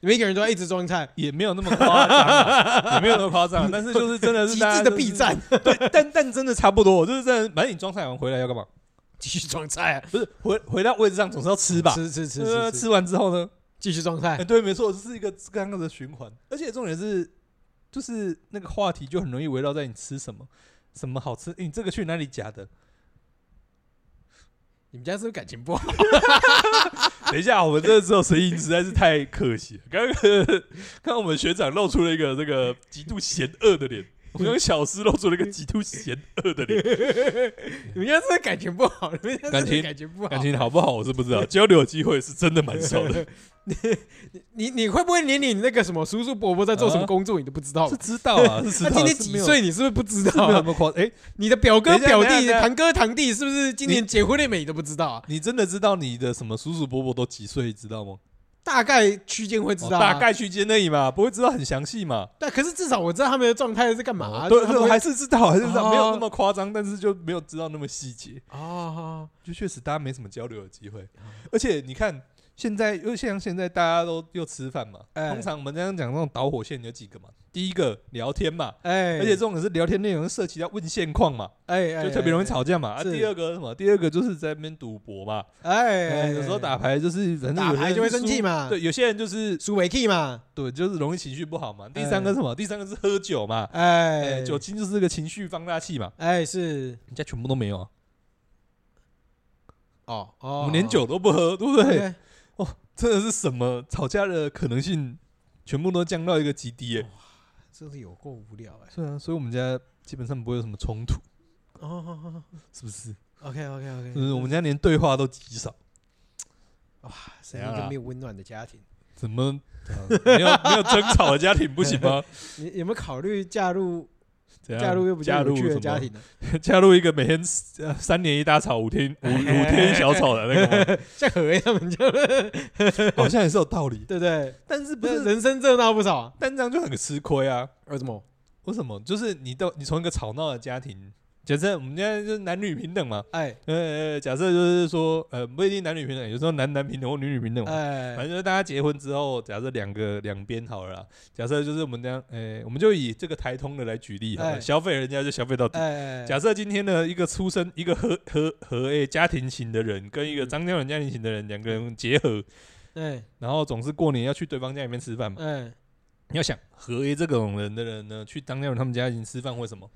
你们一个人都要一直装菜，
也没有那么夸张啊，也没有那么夸张啊，但是就是真 的是
极
大家
致的
就是
避战，
对，但但真的差不多，就是真的，反正你装菜完回来要干嘛？
继续装菜啊，
不是回回到位置上总是要吃吧？
吃吃吃
呃
吃吃，
吃完之后呢？
继续装
哎、
菜。
对，没错，这是一个这样的循环，而且重点是，就是那个话题就很容易围绕在你吃什么，什么好吃，诶你这个去哪里夹 的？
你们家是不是感情 不好？
等一下，我们这个时候声音实在是太可惜了。刚 刚刚刚我们学长露出了一个这个极度嫌恶的脸，我们刚小师露出了一个极度嫌恶的 脸。
你们家是不是感情不好？你们家是
感
不是
情
感情不好？
感情好不好我是不知道，交流的机会是真的蛮少 的。
你你会不会连你那个什么叔叔伯伯在做什么工作你都不知道
呃是？知道 啊，是知
他
道。
哦今年
是
几
没有？
岁？你是不是不知
是没
道
有那
啊？
么夸哎、
你的表哥
等一下
表
等一
弟、
下等一下
堂哥堂弟是不是今年结婚了没？你都不知道啊？
你真的知道你的什么叔叔伯伯都几岁，知道吗？
大概区间会知道、
哦
啊
大。概区间内嘛，不会知道很详细嘛。
但可是至少我知道他们的状态是干嘛、
哦
啊。
对，
他
对
们
还是知道，还是知道，
哦
没有那么夸张，但是就没有知道那么细节，
哦，
就确实大家没什么交流的机会。
啊
而且你看，现在因为像现在大家都又吃饭嘛，
哎
通常我们这样讲那种导火线有几个嘛？第一个聊天嘛，
哎，
而且重点是聊天内容涉及到问现况嘛，
哎哎，
就特别容易吵架嘛。
哎
啊，
是
第二个什么？第二个就是在那边赌博嘛，
哎。哎，哎
哎，有时候打牌就是反正
打
有些
牌
人
就会
是
生
输
气嘛，
对，有些人就是
输尾 key 嘛，
对，就是容易情绪不好嘛。第三个是什么？第三个是喝酒嘛。哎，
哎，
酒精就是个情绪放大器嘛，
哎是
人家全部都没有啊，
哦哦，哎
我们连酒都不喝，对不对？
对，
真的是什么吵架的可能性全部都降到一个极低、欸。
真是有够无聊哎、
是啊，所以我们家基本上不会有什么冲突，
哦哦哦
是不是？
，OK OK OK，
就是嗯我们家连对话都极少，
是一
怎样
个
啊
没有温暖的家庭。
怎 么、啊没有没有争吵的家庭不行 吗？
你有没有考虑嫁入
怎样
嫁入又比较
加入
有趣
什
的
么
家庭呢？
加入一个每天呃三年一大吵，五天 五五天一小吵的那 个吗，
像何为他们就对
好像也是有道理。
不 对？
但是不
不是
是
人生热闹不少啊？
单张就很吃亏啊？
为什么？
为什么？就是你到你从一个吵闹的家庭，假设我们现在就是男女平等嘛，
哎
呃呃，假设就是说呃不一定男女平等，有时候男男平等或女女平等嘛。哦反
哎
正就是大家结婚之后，假设两个两边好了啦，假设就是我们这样，诶、我们就以这个台通的来举例好了，
哎
消费人家就消费到底。
哎，
假设今天呢，一个出生一个和和和 A 家庭型的人，跟一个张家人家庭型的人，两个人结合，
哎
然后总是过年要去对方家里面吃饭嘛。
哎，
你要想和 A 这种人的人呢，去张家人他们家庭吃饭会什么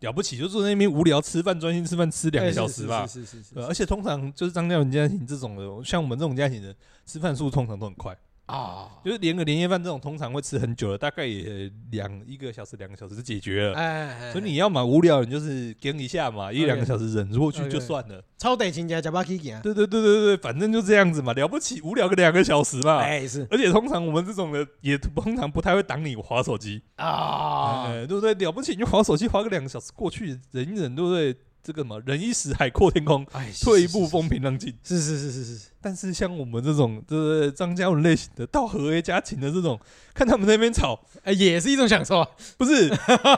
了不起？就坐在那边无聊吃饭，专心吃饭吃两个
哎
小
是
时
是
吧。
是是是
呃，
是
而且通常就是张家人家庭这种的，像我们这种家庭的，吃饭速度通常都很快，
啊，
就是连个年夜饭这种，通常会吃很久了，大概也两一个小时、两个小时就解决了。
哎，
所以你要嘛无聊，你就是跟一下嘛，一
OK
两个小时忍过去就
OK
算了。
超得情家加巴 Kiki 啊，
对对对对对，反正就这样子嘛，了不起无聊个两个小时嘛。
哎是
而且通常我们这种的也通常不太会挡你划手机，
啊，
哎对不对？了不起你就划手机划个两个小时过去，忍一忍，对不对？这个嘛，忍一时海阔天空，
哎是
退一
是
步
是
风平浪静。
是是是是是是，
但是像我们这种就是张家文类型的，到和 A 家庭的这种，看他们那边吵，
哎也是一种享受啊，
不是，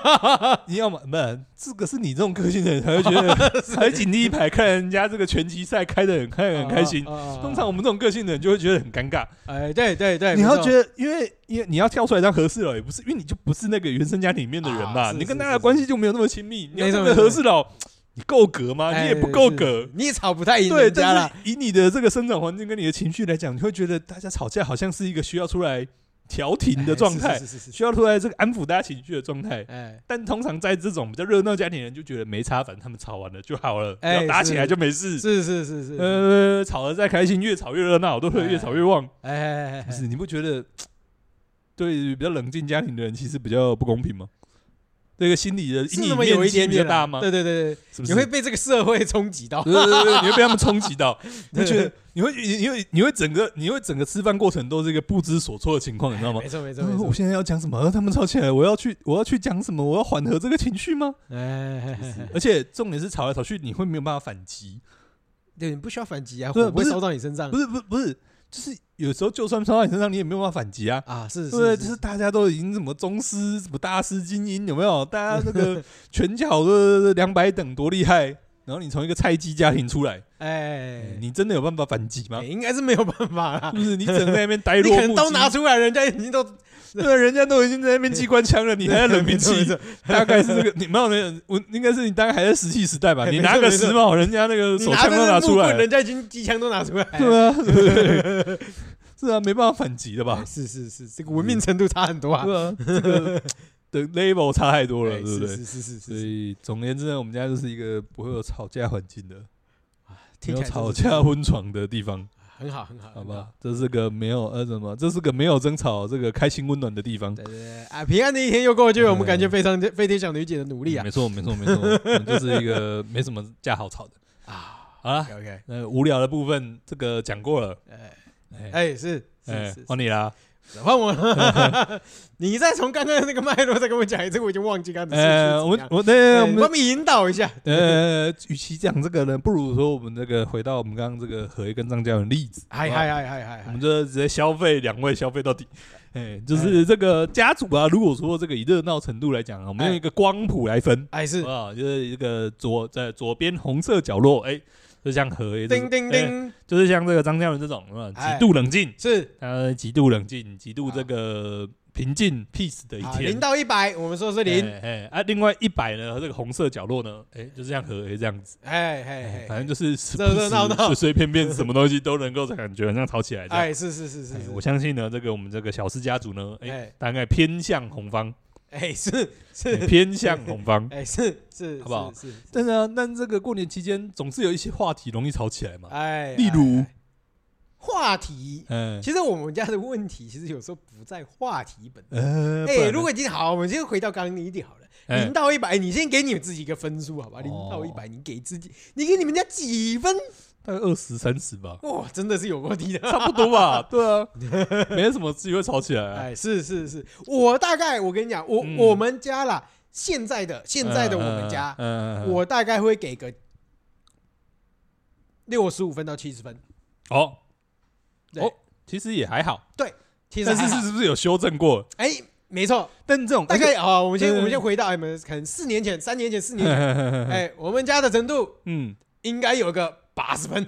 你要么不然，这个是你这种个性的人才会觉得， 才会紧第一排看人家这个拳击赛开的很开很开心。
啊。啊啊啊
通常我们这种个性的人就会觉得很尴尬，
哎对对对，
哦你要
没错
觉得，因为因为你要跳出来当和事佬也不是，因为你就不是那个原生家庭里面的人
啊
嘛，
是
你跟
是
大家的
是
关系就没有那么亲密。你要
没错
真
没
的
错
和事佬，你够格吗？你
哎
也不够
是
格。
你也吵不太赢
对，
人家
但
啦
是。以你的这个生长环境跟你的情绪来讲，你会觉得大家吵架好像是一个需要出来调停的
哎
状
是
态，
是是是是，
需要出来这个安抚大家情绪的状态。
哎
但通常在这种比较热闹家庭，人就觉得没差，反正他们吵完了就好了，不
哎
要打起来就没事。
是是是是，哎
呃，吵得再开心，越吵越热闹，都会越吵越旺。
哎哎哎
不是，你不觉得对于比较冷静家庭的人，其实比较不公平吗？这个心理的
是
阴
那
影
么有
面
一
积
点
比较
点
大
啦
吗？
对对对对，
是不
你
是？
会被这个社会冲击到。
对对对对，你会被他们冲击到，你会觉得，你会，你会，你会整个，你会整个吃饭过程都是一个不知所措的情况，你知道吗
没？错没错没
呃我
错，
现在要讲什么？呃他们吵起来，我要去，我要去讲什么？我要缓和这个情绪吗？
哎哎哎哎，
而且重点是吵来吵去，你会没有办法反击，
对你不需要反击啊，
对
火不会
不是
烧到你身上
不是，不是，不是，就是有时候就算烧到你身上，你也没有办法反击啊。
啊，是
对，
是
就是大家都已经什么宗师、什么大师精英，有没有？大家那个拳脚的两百等多厉害，然后你从一个菜鸡家庭出来，
哎，
你真的有办法反击吗
哎？应该是没有办法啦
是， 不是？你整个在那边呆
你
若
可
木鸡，
能刀拿出来，人家已经都
对，人家都已经在那边机关 枪了，你还在冷兵器，
没错
大概是这个。你没有那个，我应该是你大概还在石器时代 吧？
哎
你
没错
拿个
没错
石帽，人家那个
你
手
拿
枪
着
都
那
拿
木
出来
棍，
了
人，家已经机枪都拿出来了，
对啊，对不对 是啊，没办法反击的吧
哎？是是是，这个文明程度差很多啊，
对啊，这个的 level 差太多了，
哎
对不
是
对？
是是是
所
是，
以总而言之呢，我们家就是一个不会有吵架环境的，没
啊听
有
起来
吵
真的
架温床的地方，
很好很好，
好
很
吧？这是个没有呃什么，这是个没有争吵，这个开心温暖的地方。
对对对啊，平安的一天又过去，我们感谢非常飞天小女姐的努力啊
嗯没错，没错，没错，我们就是一个没什么架好吵的。
啊
好了，
，OK，
那无聊的部分这个讲过了，
哎
哎
哎是是
哎
是，
换你啦。
是换我 了，你再从刚刚那个脉络再跟我讲一次，我已经忘记刚才是
哎，
怎
我
么样。
我那
哎
我
帮我
们
们引导一下，
呃，与其讲这个呢，不如说我们这个回到我们刚刚这个何一跟张嘉文例子，
嗨
好不好
嗨嗨嗨嗨
我
嗨
们，就直接消费两位，消费到底。哎，就是这个家族啊，如果说这个以热闹程度来讲啊，我们用一个光谱来分
哎是
啊，就是一个左在左边红色角落，哎，就像何哎
叮叮，
哎
叮，
就是像这个张嘉文这种，啊，
哎
极度冷静，
是
他极度冷静，极度这个平静 peace 的一
啊，
天
零。到一百，我们说是零，
哎哎啊，另外一百呢，这个红色角落呢，哎，就像何哎这样子，
哎
哎
哎
反
哎
正就是时
热热闹
不时
闹
随随便便什么东西都能够感觉很像吵起来这样。
哎是是是是
哎
是，
我相信呢，这个我们这个小氏家族呢，哎、
哎
大概偏向红 方，
哎是
哎
是
偏向红方。
哎是是，
好不好
是？是
但啊是呢，但这个过年期间总是有一些话题容易吵起来嘛，
哎，
啊例如
哎话题。
嗯，
其实我们家的问题，其实有时候不在话题本身。
呃，不
哎、
然
如
呢
果已经好，我们先回到刚刚那一点好了。
哎
零到一百，你先给你自己一个分数，好吧？零到
哦
一百，你给自己，你给你们家几分？，
大概二十三十吧
哇，真的是有够低的。
差不多吧，对啊，没什么机会吵起来啊，
哎，是是是，我大概我跟你讲，我、
嗯
我们家啦，现在的现在的我们家，
嗯，嗯嗯嗯
我大概会给个六十五分到七十分。
哦
对
哦，其实也还好，
其实
但
还
是
好
是是不是有修正过？
哎、没错，
但这种
大概啊、我们先
对对对
我们先回到哎你们可能四年前、三年前、四年前，
哎，
哎、我们家的程度
嗯，
应该有个八十分。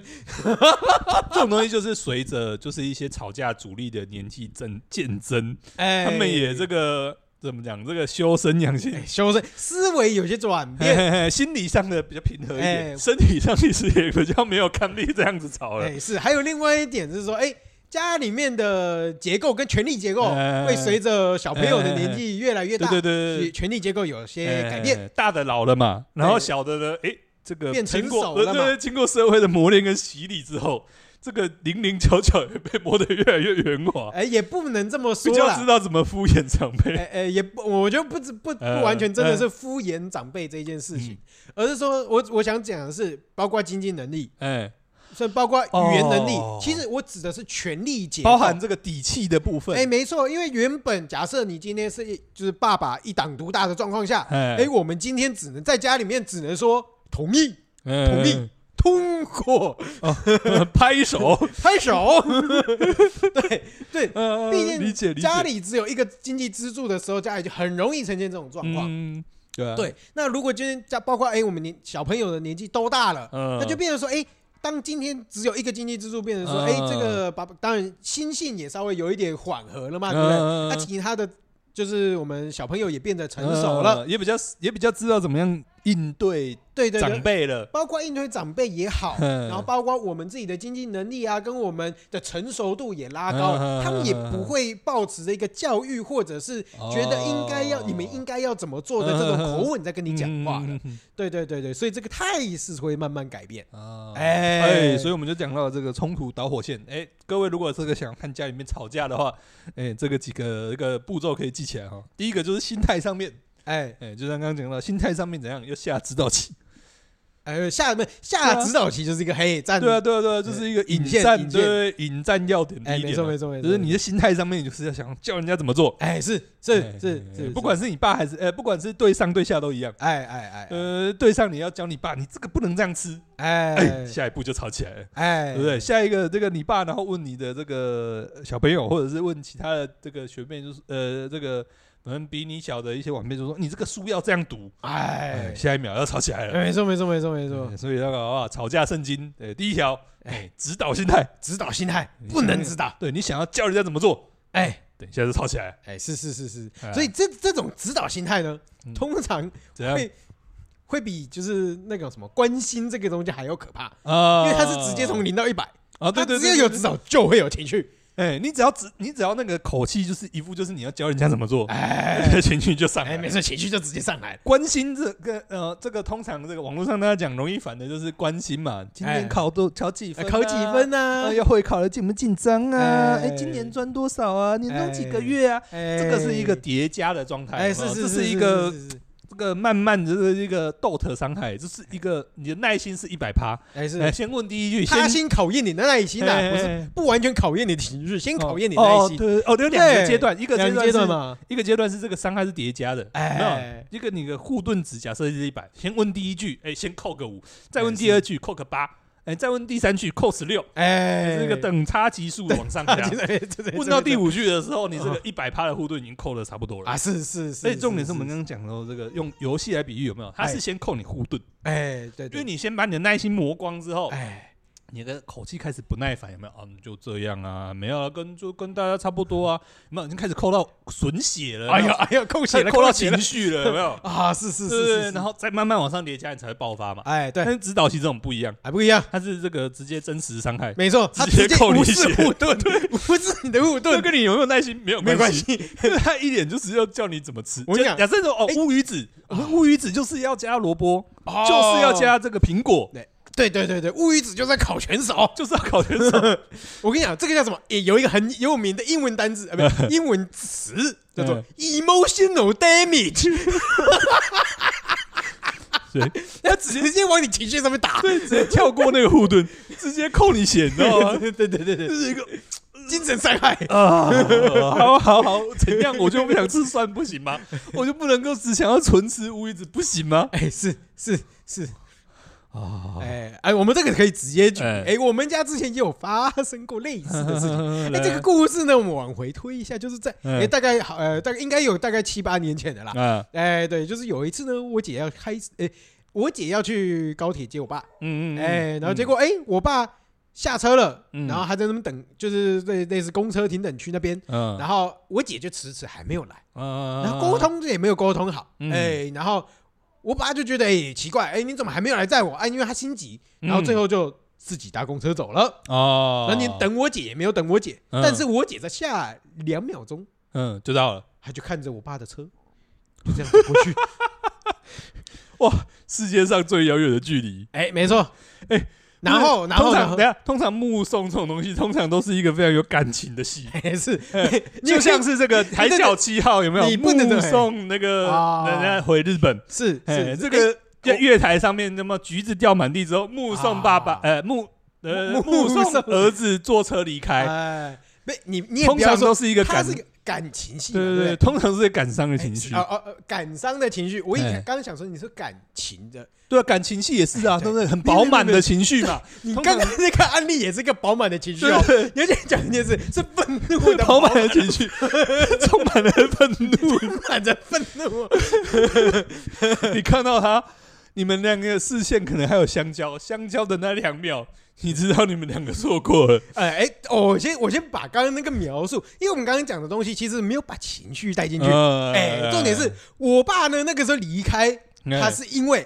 这种东西就是随着就是一些吵架主力的年纪增渐增，
哎、
他们也这个怎么讲？这个修身养性，
哎修身思维有些转
嘿
变。
嘿嘿心理上的比较平和一
哎
点，身体上其实也比较没有抗力，这样子吵了。
哎，是，还有另外一点就是说，哎，家里面的结构跟权力结构
哎
会随着小朋友的年纪越来越
对
大，
对对
所以
对
权力结构有些
哎
改变。
大的老了嘛，然后
对
小的呢，哎，这个
变成
经过
熟了嘛
呃对对，经过社会的磨练跟洗礼之后，这个零零角角也被磨得越来越圆滑，
哎，也不能这么
比
说
较知
了。
道怎么敷衍长辈。
哎哎，也不，我觉得不止不不
哎嗯
完全真的是敷衍长辈这件事情，而是说我我想讲的是，包括经济能力，
哎，
甚至包括语言能力
哦，
其实我指的是权力结构，
包含这个底气的部分。
哎，没错，因为原本假设你今天是一就是爸爸一党独大的状况下，
哎
哎，我们今天只能在家里面只能说同意、同意
嗯、
通过、
拍手，
拍手。对对，
嗯
毕竟
理解理解，
家里只有一个经济支柱的时候，家里就很容易呈现这种状况。
嗯，对啊，
对，那如果今天家包括哎，我们年小朋友的年纪都大了，
嗯，
那就变成说哎。当今天只有一个经济支柱，变成说，
嗯
哎、这个爸爸当然心性也稍微有一点缓和了嘛，对不对？
嗯
那其他的，就是我们小朋友也变得成熟了，
嗯也比较也比较知道怎么样应对
对对
长
对，
辈了。
包括应对长辈也好，
嗯
然后包括我们自己的经济能力啊，跟我们的成熟度也拉高，
嗯
他们也不会抱持着一个教育或者是觉得应该要、
哦
你们应该要怎么做的这种口吻在跟你讲话了。
嗯嗯嗯
对对对对，所以这个态势会慢慢改变。
啊
哎
哎，所以我们就讲到这个冲突导火线。哎，各位如果这个想看家里面吵架的话，哎，这个几个这个步骤可以记起来哈。第一个就是心态上面，
哎
哎，就像刚刚讲到，心态上面怎样要下指导棋。
哎，下面下指导棋就是一个黑战，
啊对啊，，对啊，对啊，就是一个
引
引
线
战，
哎引线
对引战要点第
哎，
一
没
点
错
啊。
没错没错，
就是你，的心态上面，你就是要想叫人家怎么做，
哎，是
哎
是是
哎
是，
不管是你爸还是呃，不管是对上对下都一样。
哎哎哎
呃，对上你要教你爸，你这个不能这样吃，哎，
哎
下一步就吵起来了，
哎，
对不对？下一个这个你爸，然后问你的这个小朋友，或者是问其他的这个学妹，就是呃，这个可能比你小的一些晚辈，就说你这个书要这样读，哎
哎，，
下一秒要吵起来了。
没错没错没错没错
哎，所以那个啊，吵架圣经，呃，第一条，哎，指导心态，
指导心态
你
不
想
能
想
指导，
对你想要教人家怎么做，
哎
等一下就吵起来，
哎，是是是是
哎，
所以这这种指导心态呢，
嗯
通常
怎样
会会比就是那种什么关心这个东西还要可怕，因
啊
为它是直接从零到一百，
啊，对
它
对
只
对，
要
对
有指导就会有情绪，
哎，你只要只你只要那个口气，就是一副就是你要教人家怎么做，
哎
哎，情绪就上来
哎，
了
没。错，情绪就直接上来了，
关心这个呃，这个通常这个网络上大家讲容易烦的就是关心嘛，今
哎
年考多考几
哎
分、
考几分？啊呢
呃，？要会考了紧不紧张啊？哎，
哎
今年赚多少啊？年终几个月啊？
这
这个是一个叠加的状态，
哎，
有没
是
有
是
这
是
一个
是是是
这个慢慢的这是一个 dot 伤害，这是一个你的耐心是一百趴。
哎
哎，
是，
先问第一句，
他
先
先考验你的耐心啊，
哎
不是
哎
不完全考验你的情绪，先考验你的耐
哦，
心，
对，哦，有两
对
个阶段，一个
两
阶
个
段
阶段
是
嘛，
一个阶段是这个伤害是叠加的，
哎
哎，一个你的护盾值假设是一百，先问第一句，哎，先扣个五，再问
哎
第二句扣个八，哎，再问第三句扣十六，
哎，
这个等差级数往上 加。问到第
五
五句的时候，哎你这个一百趴的护盾已经扣的差不多了
啊，。是是是，
所以重点是我们刚刚讲到这个用游戏来比喻有没有？它
哎
是先扣你护盾，
哎，对，
因
对
为你先把你的耐心磨光之后，
哎
你的口气开始不耐烦，有没有？啊，你就这样啊，没有啊，跟就跟大家差不多啊，有没有？已经开始扣到损血了，有
哎
没有
呀，哎呀，扣
开
血
始
了，
哦扣到
血
情
了
绪了，有 没有？
啊，是是
对
是
对
是
对，
是，
然后再慢慢往上叠加，你才会爆发嘛。
哎对哎
但，是指导期这种不一样，
还不一样，
它是这个直接真实伤害，
没错，他
直接
接
扣你
无视
血
护盾，无视你的护
这
盾，
跟你有没有耐心没有
没关
关
系，
他一脸就是要叫你怎么吃。
我跟你
就
讲
假设说哦
哎，哦
乌鱼子，我们乌鱼子就是要加萝卜，
就
就是要，加这个苹果
对，对对对对，乌鱼子就在烤全熟。
就是要考选 手，
我跟你讲，这个叫什么？也有一个很有名的英文单字，呃，不，英文词叫做
嗯
emotional damage，
对，
它直接往你情绪上面打。
直接跳过那个护盾，直接扣你血，你知道吗？
对对对对对，这是一个精神 伤害。
啊，好好好，怎样我就不想吃蒜不行吗？我就不能够只想要纯吃乌鱼子不行吗？
哎，是是是，
啊，
哎哎，我们这个可以直接举。
哎
哎，我们家之前也有发生过类似的 事情。哎，
哎
这个故事呢，我们往回推一下，就是在
嗯
哎大概好呃大概应该有大概七八年前的啦。
啊，
哎，对，就是有一次呢，我姐要开哎，我姐要去高铁接我爸。
嗯嗯，
哎，然后结
果
果哎、我爸下车了，
嗯
然后还在那边等，就是类类似公车停等区那边，
嗯，
然后我姐就迟迟还没有来，
然
然后沟通也没有沟通好，
嗯
哎，然后我爸就觉得哎、奇怪，哎你怎么还没有来载我？哎、因为他心急，
嗯
然后最后就自己搭公车走了。
哦，
然后你等我姐也没有等我姐，
嗯
但是我姐在下两秒钟，
嗯就到了，
她就看着我爸的车，就这样走过 去。
世界上最遥远的距离。
哎，没错，
哎，
然后然后
通
然
常
后
等一下，通常目送这种东西，通常都是一个非常有感情的戏，
哎是，
嗯
你
就像是这个海角七号有没有？
你不能
目送那个
啊
人家回日本，
是
哎，
是
这
哎
个在月台上面，那么橘子掉满地之后，目送爸爸
啊，
呃，目呃
目
目
目
送
送
儿子坐车离开，
哎，没你你也
通
不要
常
说
都是一个
它
感，
是
对
个感情戏嘛，
对
对
对，通常是感伤的
不对，
情绪
哎，哦哦，呃感伤的情绪。我一
哎
刚刚想说你是感情的，
对啊，感情戏也是啊，
哎
对
对
不对？很饱满
没有没有没
的
有
情绪嘛，
你
通
刚
常
刚那个 案例也是一个饱满的情绪
对
哦
不。对？
你要先讲一件事，是愤 怒的
饱满的情绪， 充满了愤 怒。
满着愤怒。哦
你看到他，你们两个视线可能还有相交，相交的那两秒，你知道你们两个错过了。
哎哎，哦我先我先把刚刚那个描述，因为我们刚刚讲的东西其实没有把情绪带进去。哎，
哎
重点是我爸呢，那个时候离开，他是因为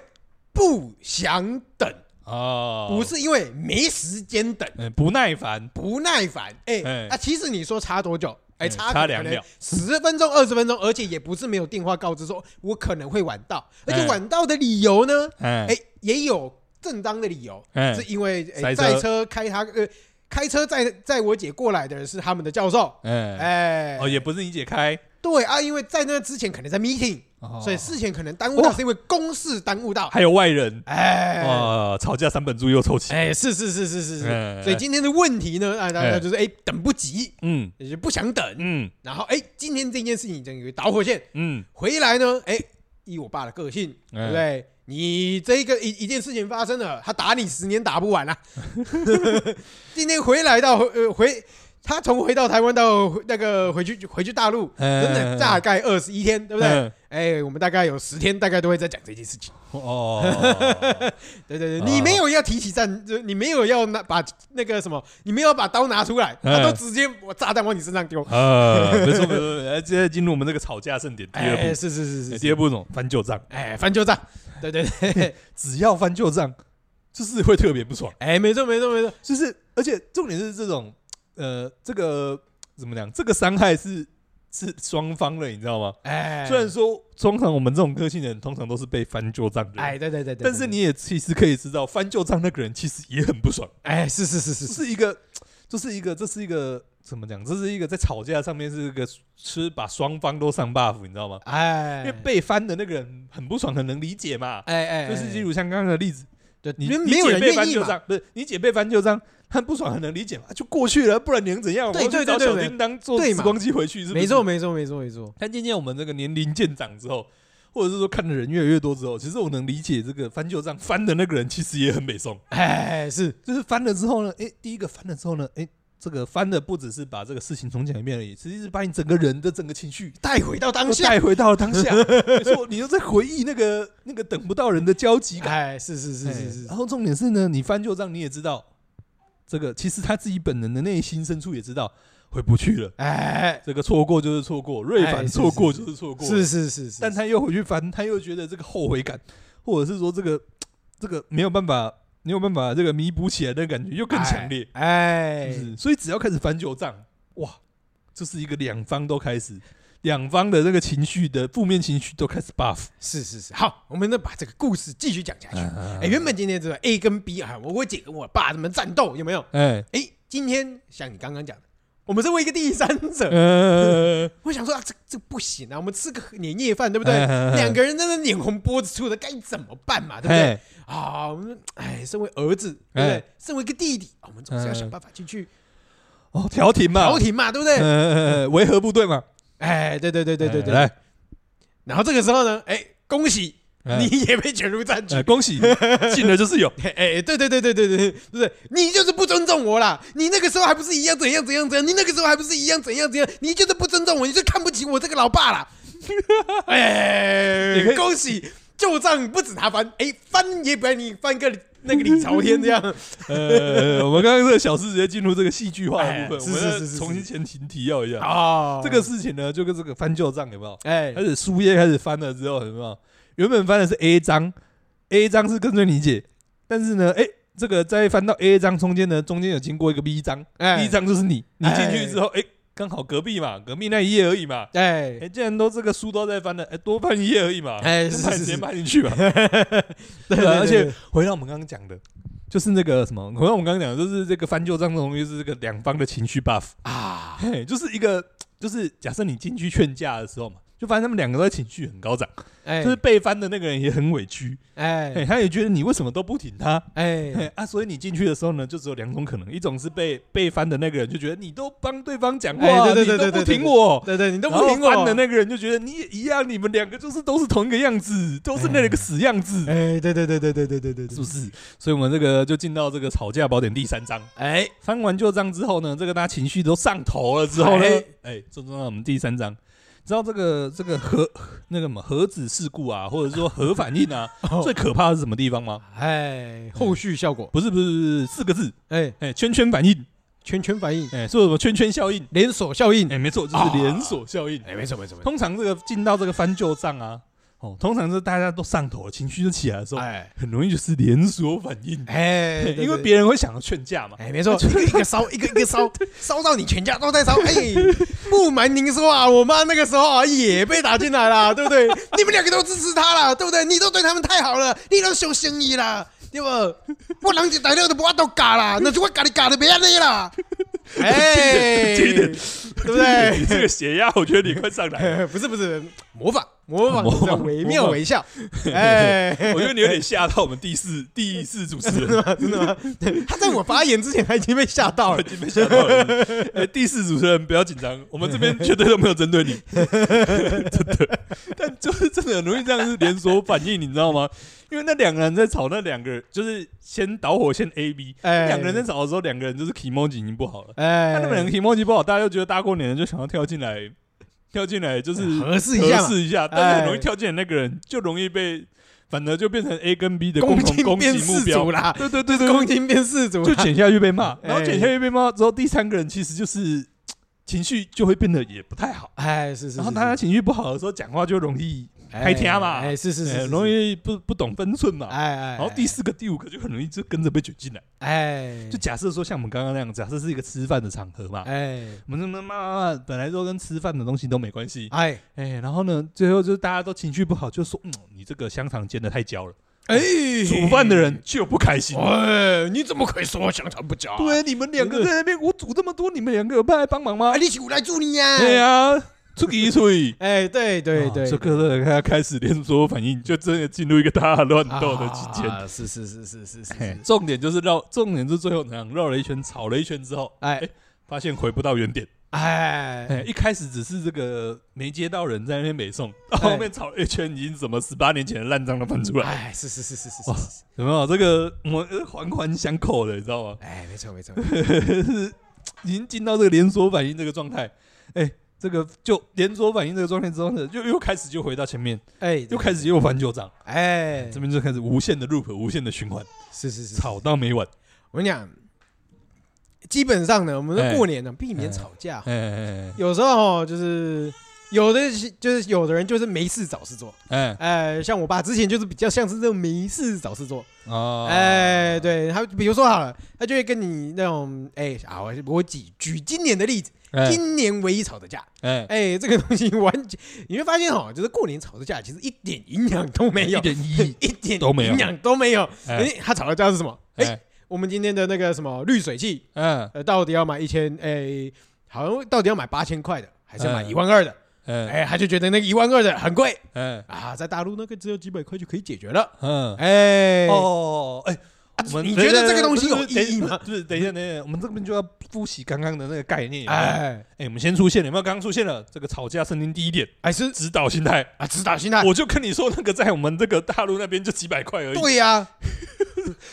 不想等，
啊，
不是因为没时间等。
哎不耐烦，
不耐烦，哎、
哎
啊，其实你说差多久？哎、
哎
差
差
可
两
能
秒
十分钟、二十分钟，而且也不是没有电话告知说我可能会晚到，而且
哎
晚到的理由呢，
哎
哎、也有正当的理由，
哎
是因为
塞车
哎载、车开他呃开车载载我姐过来的人是他们的教授，
哎
哎、
哦，也不是你解开，
对啊，因为在那之前可能在 meeting，、
哦
所以事前可能耽误到
哇
是因为公事耽误到，
还有外人
哎、
哇，吵架三本猪又凑齐，
哎、是是是是是是，
哎
所以今天的问题呢，啊，大家
哎
就是哎、等不及，
嗯
也就不想等，
嗯
然后哎，今天这件事情就有一个导火线，
嗯，
回来呢，哎，依我爸的个性，
哎
对不对？你这个一一件事情发生了，他打你十年打不完啊。 今天回来到呃回，他从回到台湾到那个回去回去大陆，
哎
整整大概二十一天，对不对？
嗯？
哎，我们大概有十天，大概都会在讲这件事情。
哦，
对对
啊
对，你没有要提起战，就你没有要拿把那个什么，你没有把刀拿出来，他
哎
都直接我炸弹往你身上丢。
呃，没错没错， 没错哎，接着进入我们这个吵架盛典第二
哎，
步，
是是是是
哎
是，
第二步是什么？翻旧账，
哎，翻旧账，对对对，
只要翻旧账，就是会特别不爽，
哎，没错没错没错，
就是而且重点是这种，呃，这个怎么讲？这个伤害是是双方的，你知道吗？
哎，
虽然说通常我们这种个性的人，通常都是被翻旧账的人，
哎，对对对对，
但是你也其实可以知道，翻旧账那个人其实也很不爽，
哎，是是是是
这
是，
是一个，这是一个，这是一个怎么讲？这是一个在吵架上面是一个吃把双方都上 buff，你知道吗？
哎，
因为被翻的那个人很不爽，很能理解嘛。
哎哎，
就是例
入，
如像刚刚的例子，
对，
你
因为
你
没有
姐
人
被翻
愿意
旧
嘛，
账，不是你姐被翻旧账，她不爽很能理解嘛，就过去了，不然你能怎样？
对
我去
对对
找
对
小
对
叮当坐
对
时
嘛
光机回去，是不是
没错没错没错没错，
但渐渐我们这个年龄渐长之后，或者是说看的人越来越多之后，其实我能理解这个翻旧账翻的那个人其实也很美颂，
哎是，
就是翻了之后呢，诶、第一个翻了之后呢，诶、这个翻的不只是把这个事情重讲一遍而已，其实是把你整个人的整个情绪
带回到当
都
下，
带回到了当下， 没错，你又在回忆那个那个等不到人的焦急感。
哎是是是是
诶
是
然，后重点是呢，你翻旧账你也知道，这个其实他自己本人的内心深处也知道回不去了。
哎
这个错过就是错过，瑞
哎
凡
是
错
是
过
是
就是错过，
哎是是是是，
但他又回去翻，他又觉得这个后悔感，或者是说这个这个没有办法，没有办法这个弥补起来的感觉又更强烈，
哎，
是不是？所以只要开始翻旧账，哇，这是一个两方都开始两方的这个情绪的负面情绪都开始 buff。
是是是，好，我们呢把这个故事继续讲下去。哎、原本今天这个 A 跟 B 啊，我我姐跟我爸他们战斗有没有？
哎，
哎、今天像你刚刚讲的，我们身为一个第三 者，
呃，
我想说啊，这这不行啊，我们吃个年夜饭对不对？
嗯嗯嗯
两个人在那脸红脖子粗的，该怎么办嘛？对不对？
哎，
啊，我们哎，身为儿子，对不对
哎？
身为一个弟弟，啊我们总是要
嗯
想办法进去
哦，调停嘛，
调，停嘛，对不对？
呃，维和部队嘛，
哎，对对对对对
哎
对。
来，
然后这个时候呢，哎，恭喜
哎
你也被卷入战局
哎，。恭喜，进了就是 有，
哎哎，对对对对对对，对不对？你就是不尊重我啦！你那个时候还不是一样怎样怎样怎样？你那个时候还不是一样怎样怎样？你就是不尊重我，你就看不起我这个老爸啦！
你可
哎，
以
恭喜，旧账不止他翻，哎，翻也不要你翻个那个李朝天这样。
呃，我们刚刚这个小事直接进入这个戏剧化的部
哎
分，
是
我
是
们
是
再
是
重新前情提要一下，
哦，
这个事情呢，就跟这个翻旧账有没有？
哎
开始书页开始翻了之后，有没有？原本翻的是 A 章，A 章是跟着你姐，但是呢，哎、这个再翻到 A 章中间呢，中间有经过一个 B 章、
哎
b 章就是你，你进
哎
去之后，哎、刚好隔壁嘛，隔壁那一页而已嘛。哎、
哎
既然都这个书都在翻了，哎、多翻一页而已嘛，
哎，是
那
是
直接
是，
搬进去吧。
对
对啊，而且
对
回到我们刚刚讲的，就是那个什么，回到我们刚刚讲的，就是这个翻旧账这种东西，就是这个两方的情绪 buff。
啊，
嘿，就是一个，就是假设你进去劝架的时候嘛，就发现他们两个都在情绪很高涨，
哎
就是被翻的那个人也很委屈，
哎
嘿，他也觉得你为什么都不挺他，嘿
哎
啊，所以你进去的时候呢，就只有两种可能，一种是被被翻的那个人就觉得你都帮对方讲话，
哎对对
你
对
都
对
不
对
挺我。
对对，你都
然
不
后
听我
翻的那个人就觉得你也一样，你们两个就是都是同一个样子，都是那个死样子，
哎，对对对对对对对
是
对对
不，是？所以我们这个就进到这个吵架宝典第三章。
哎
翻完旧账之后呢，这个大家情绪都上头了之后呢
哎，
哎，最重要我们第三章，知道这个这个核那个什么核子事故啊，或者说核反应啊，
哦
最可怕的是什么地方吗？
哎，后续效果
不是不是不是四个字，
哎，
哎，圈圈反应，
圈圈反应，
哎，说什么圈圈效应？
连锁效应，
哎，没错，
啊
就是连锁效应。
哎，没错没错没错，
通常这个进到这个翻旧账啊，哦，通常是大家都上头了，情绪就起来的时候，
哎
很容易就是连锁反应，
哎，对
因为
对
别人会想要劝架嘛。
哎，没错，一个一个烧，一个一个 烧，烧到你全家都在烧。哎，不瞒您说啊，我妈那个时候啊也被打进来 了，对不对？你们两个都支持她了，对不对？你都对他们太好了，你都修生意啦，对不？我人一大了都我都嫁 啦，那是我家己嫁的，别安尼 啦。哎，
记得
对不对
你？这个血压，我觉得你快上来了。
哎 不是不是，模仿啊模仿，
模
这
仿
样惟妙
模仿
惟 肖。哎，
我觉得你有点吓到我们第四第四主持人，
真的吗？他在我发言之前，他已经被吓到
我
了
已。经被吓到了。哎，第四主持人不要紧张，我们这边绝对都没有针对你，真的。但就是真的很容易这样是连锁反应，你知道吗？因为那两个人在吵，那两个人就是先导火线 A B，
哎
两个人在吵的时候，两个人就是 e m o j i 已经不好了。
哎，
那他们两个 e m o j i 不好，大家就觉得大过年的就想要跳进来，跳进来就是
哎合适一下
合
嘛。
适一下，但是
哎
很容易跳进来那个人就容易被，反而就变成 A 跟 B 的
公
共同
斤
攻击
变
目
四
标
足。啦，
对对对对，
公斤变四足啦，
就剪下去被骂，
哎
然后剪下去被骂之后，第三个人其实就是嘖情绪就会变得也不太好。
哎是是是，
然后大家情绪不好的时候，讲话就容易
开
开天嘛
哎是是是
呃
是，
容易不不懂分寸嘛。
哎哎，
然后第四个、第五个就很容易就跟着被卷进来。
哎
就假设说像我们刚刚那样，假设是一个吃饭的场合嘛，
哎
我们慢慢慢慢本来都跟吃饭的东西都没关系，
哎
哎，然后呢，最后就是大家都情绪不好，就说嗯，你这个香肠煎的太焦了，
哎，
煮饭的人就不开心。
哎，你怎么可以说我香肠不假？
对，你们两个在那边，我煮这么多，你们两个有派来帮忙吗
哎，？你起来助你呀，
对呀，出一出一。
啊哎对 对
啊
对，
这个他开始连锁反应，就真的进入一个大乱斗的期间。
啊，是是是是是是
嘿
是，
重点就是绕，重点是最后怎样绕了一圈，吵了一圈之后，
哎
发现回不到原点。哎，
哎
一开始只是这个没接到人在那边北宋，到
哎
后面吵了一圈，已经什么十八年前的烂账都翻出来，哦
哎，是是是是是
哇
是，
有没有？这个我们环环相扣的，你知道吗？
哎没错没错，
是已经进到这个连锁反应这个状态，哎、这个就连锁反应这个状态之后呢，又又开始就回到前面，
哎
又开始又翻旧账，
哎
这边就开始无限的 loop，无限的循环，
是是是是
吵到没完。
我跟你讲，基本上呢，我们说
哎
过年呢，避免
哎
吵架。
哎哎哎
有时候哦就是有的是就是有的人就是没事找事做，
哎
哎，像我爸之前就是比较像是这种没事找事做，
哦，
哎，对他，比如说好了，他就会跟你那种，哎啊，我我举举今年的例子，
哎
今年唯一吵的架，
哎，
哎，这个东西完全，你会发现哦，就是过年吵的架其实一点营养都没有
一，点意义
一点
都没有
营养都没有。
哎
哎，他吵的架是什么？哎，
哎
我们今天的那个什么滤水器，
嗯
呃，到底要买一千？哎，好像到底要买八千块的，还是要买
嗯
一万二的？
哎
哎，他就觉得那个一万二的很贵
哎
啊，在大陆那个只有几百块就可以解决了。
嗯。
哎，
哦，哎、
啊
我们
你觉得这个东西有意义吗？
不是，等一下，等一下，我们这边就要复习刚刚的那个概念。哎，
哎，
哎，我们先出现了，有没有？刚刚出现了这个吵架森林第一点，
还是
哎指导心态。
啊，指导心态。
我就跟你说，那个在我们这个大陆那边就几百块而已，
对呀、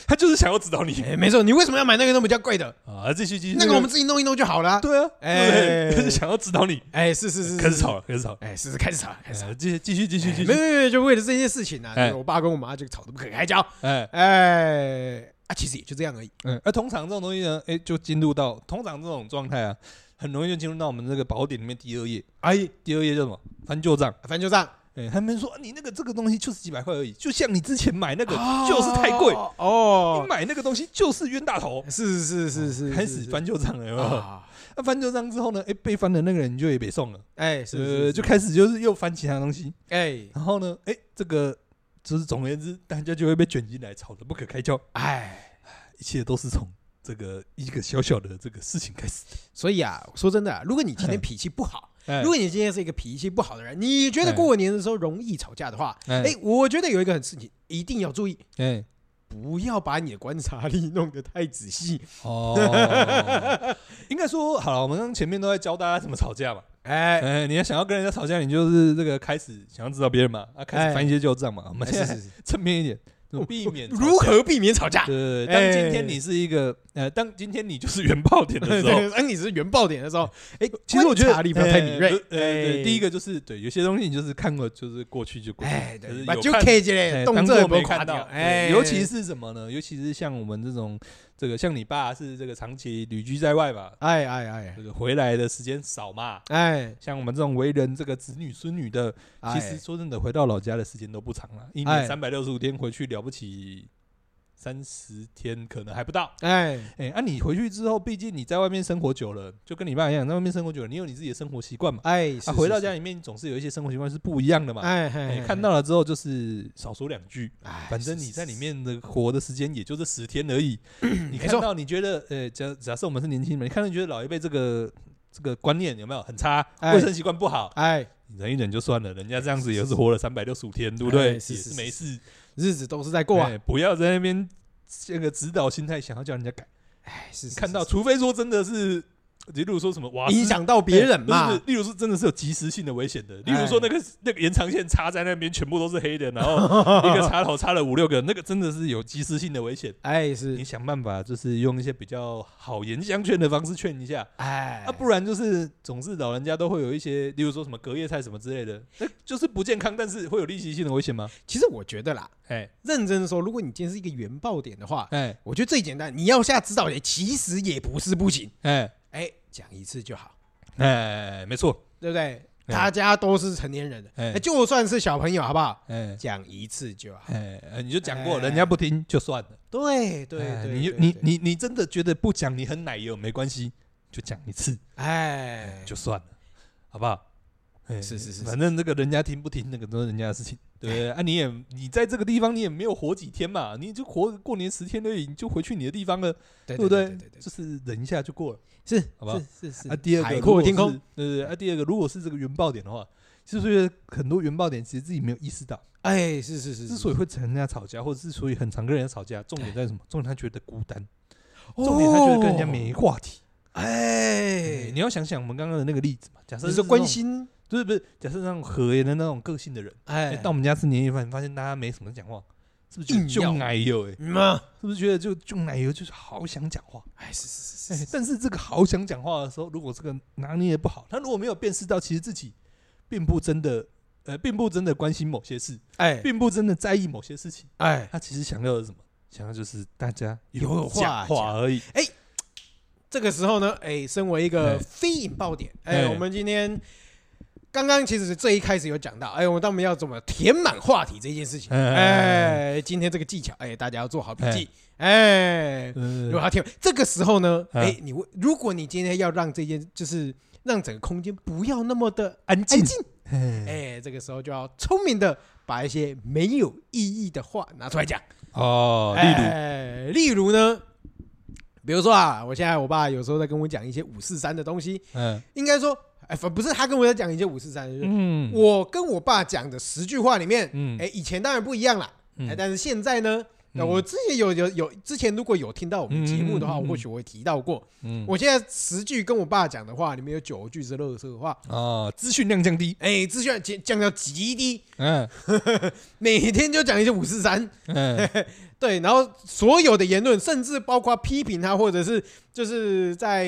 他就是想要指导你
哎，没错，你为什么要买那个那么叫贵的？
啊。继续继续，
那个我们自己弄一弄就好了啊。
对啊，
哎
对不对他是想要指导你，
哎，是是是，
开始吵了，开始吵了，
哎，是是开始吵，开始吵。
哎继续继续继续继
没
续，
没没，就为了这件事情啊，
哎
这个我爸跟我妈就吵得不可开交。
哎。
哎，啊，其实也就这样而已。
嗯，而通常这种东西呢，哎、就进入到通常这种状态啊，很容易就进入到我们这个宝典里面第二页，
哎，
第二页叫什么？翻旧账。
反正就这样。
哎、他们说你那个这个东西就是几百块而已，就像你之前买那个就是太贵，你哦
哦。
买那个东西就是冤大头，
是是是是，
开始翻旧账了，有没有？那、
啊。
翻旧账之后呢，哎、被翻的那个人就也被送了，
哎，是
呃，
是，
就开始就是又翻其他东西，
哎
然后呢，哎、这个就是总而言之，大家就会被卷进来，吵得不可开交，
哎，
一切都是从这个一个小小的这个事情开始。
所以啊，说真的啊，如果你今天
嗯
脾气不好，
哎
如果你今天是一个脾气不好的人，你觉得过年的时候容易吵架的话，
哎
哎，我觉得有一个很事情一定要注意，
哎
不要把你的观察力弄得太仔细。
哦，应该说好了，我们刚前面都在教大家怎么吵架嘛。
哎，
哎，你要想要跟人家吵架，你就是这个开始想要指导别人嘛，啊，开始翻一些旧账嘛。我们现
哎是
在
是是，
正面一点，怎么避免吵架
哎如？何避免吵架？
对，
哎
当今天你是一个呃，当今天你就是原爆点的时候，
对，当你是原爆点的时候，哎，
其实我觉
观
得
察力不要太敏锐
哎。呃，对，
哎
第一，个就是对，有些东西你就是看过，就是过去就过去，
哎，
就是有
对，把
看
就 K 这
哎
类
当
动
作
作也不
没
会
看
垮
到
掉。，
对
哎，
尤其是什么呢？尤其是像我们这种这个，像你爸是这个长期旅居在外嘛，
哎哎哎
这个回来的时间少嘛。
哎，
像我们这种为人这个子女孙女的，其
哎
实说真的，回到老家的时间都不长了，一年
哎
三百六十五天回去了不起三十天，可能还不到。
哎，
哎、啊，你回去之后，毕竟你在外面生活久了，就跟你爸一样，在外面生活久了，你有你自己的生活习惯嘛。
哎，是
啊，回到家，里面，总是有一些生活习惯是不一样的嘛。
哎
哎、
哎，
看到了之后就是少说两句，
哎，
反正你在里面的活的时间也就这十天而 已。你看
错
到你觉得，呃，假假设我们是年轻人，你看到你觉得老一辈这个这个观念有没有很差，
哎
卫生习惯不好，
哎，
你忍一忍就算了，人家这样子也是活了三百六十五天，对不对？
哎是
也
是
是没事，
日子都是在过啊
哎，不要在那边这个指导心态，想要叫人家改。
哎，是是
看到，
是
除非说真的是，例如说什么哇
是影。响到别人
哎不是
嘛
不，
哎
是例如说真的是有及时性的危险的，例如说那个那个延长线插在那边全部都是 黑的，然后一个插头插了五六个，那个真的是有及时性的危险。
哎
你
是，
想办法就是用一些比较好言相劝的方式劝一下，
哎
啊，不然就是总是老人家都会有一些，例如说什么隔夜菜什么之类的，那就是不健康，但是会有立即性的危险吗？
其实我觉得啦，
哎
认真说，如果你今天是一个原爆点的话，
哎
我觉得最简单，你要下指导也其实也不是不行，
哎
哎，讲一次就好，
哎，没错，
对不对？
哎
大家都是成年人的，
哎
哎就算是小朋友，好不好？
哎
讲一次就好。
哎，哎你就讲过，
哎
人家不听就算了。
对对
哎
对，
你
对
你，
对
你你真的觉得不讲你很奶油没关系，就讲一次
哎，
就算了，好不好？哎
是是是
反正这个人家听不听，那个都是人家的事情，对 不对？啊，你也你在这个地方你也没有活几天嘛，你就活个过年十天而已，你就回去你的地方了，
对
对不
对对对，
就是忍一下就过了。
是
好吧
是是是
啊，第二个
海
如
阔
果
天
是
空，，
对对对。啊，第二个如果是这个原爆点的话，是不是很多原爆点其实自己没有意识到？
哎，是是是，
之所以会跟人家吵架，或者之所以很常跟人家吵架，重点在什么？重点他觉得孤单，重
重
点他觉得跟人家没话题。哎
哎，
你要想想我们刚刚的那个例子嘛，假设
你
是
说
那
关
种，
心，
不是不是，假设那种和颜的那种个性的人，哎
哎，
到我们家吃年夜饭，发现大家没什么讲话，是不是觉得
硬要
就奶油？哎，
嗯嘛，
是不是觉得就就奶油就是好想讲话？
哎，是是是
哎
是，，
但是这个好想讲话的时候，如果这个拿捏的不好，他如果没有辨识到，其实自己并不真的，呃，并不真的关心某些事，
哎
并不真的在意某些事情。
哎，
他其实想要的是什么？想要就是大家
有话
讲话
讲
而已。
这个时候呢，哎，身为一个
哎
非引爆点，
哎
哎，我们今天刚刚其实是这一开始有讲到，哎，我们到底要怎么填满话题这件事情？
哎哎哎
哎，今天这个技巧，哎，大家要做好笔记。哎，如果
呃
他填，这个时候呢，
嗯
哎，你问如果你今天要让这件，就是让整个空间不要那么的
安
安
静，
静，哎，这个时候就要聪明的把一些没有意义的话拿出来讲。
哦，例如，
例如，例如呢，比如说啊，我现在我爸有时候在跟我讲一些五四三的东西，
嗯
应该说，哎，不不是他跟我在讲一些五四三，就是
嗯，
我跟我爸讲的十句话里面，
嗯
哎，以前当然不一样啦，哎，
嗯
但是现在呢，那
嗯
我之前有有有之前如果有听到我们节目的
嗯
话，
嗯嗯嗯
或许我会提到过，
嗯，
我现在十句跟我爸讲的话，里面有九句是垃圾话。
哦，资讯量降低，
哎，资讯降降到极低，
嗯
每天就讲一些五四三，
嗯，
对，然后所有的言论，甚至包括批评他，或者是就是在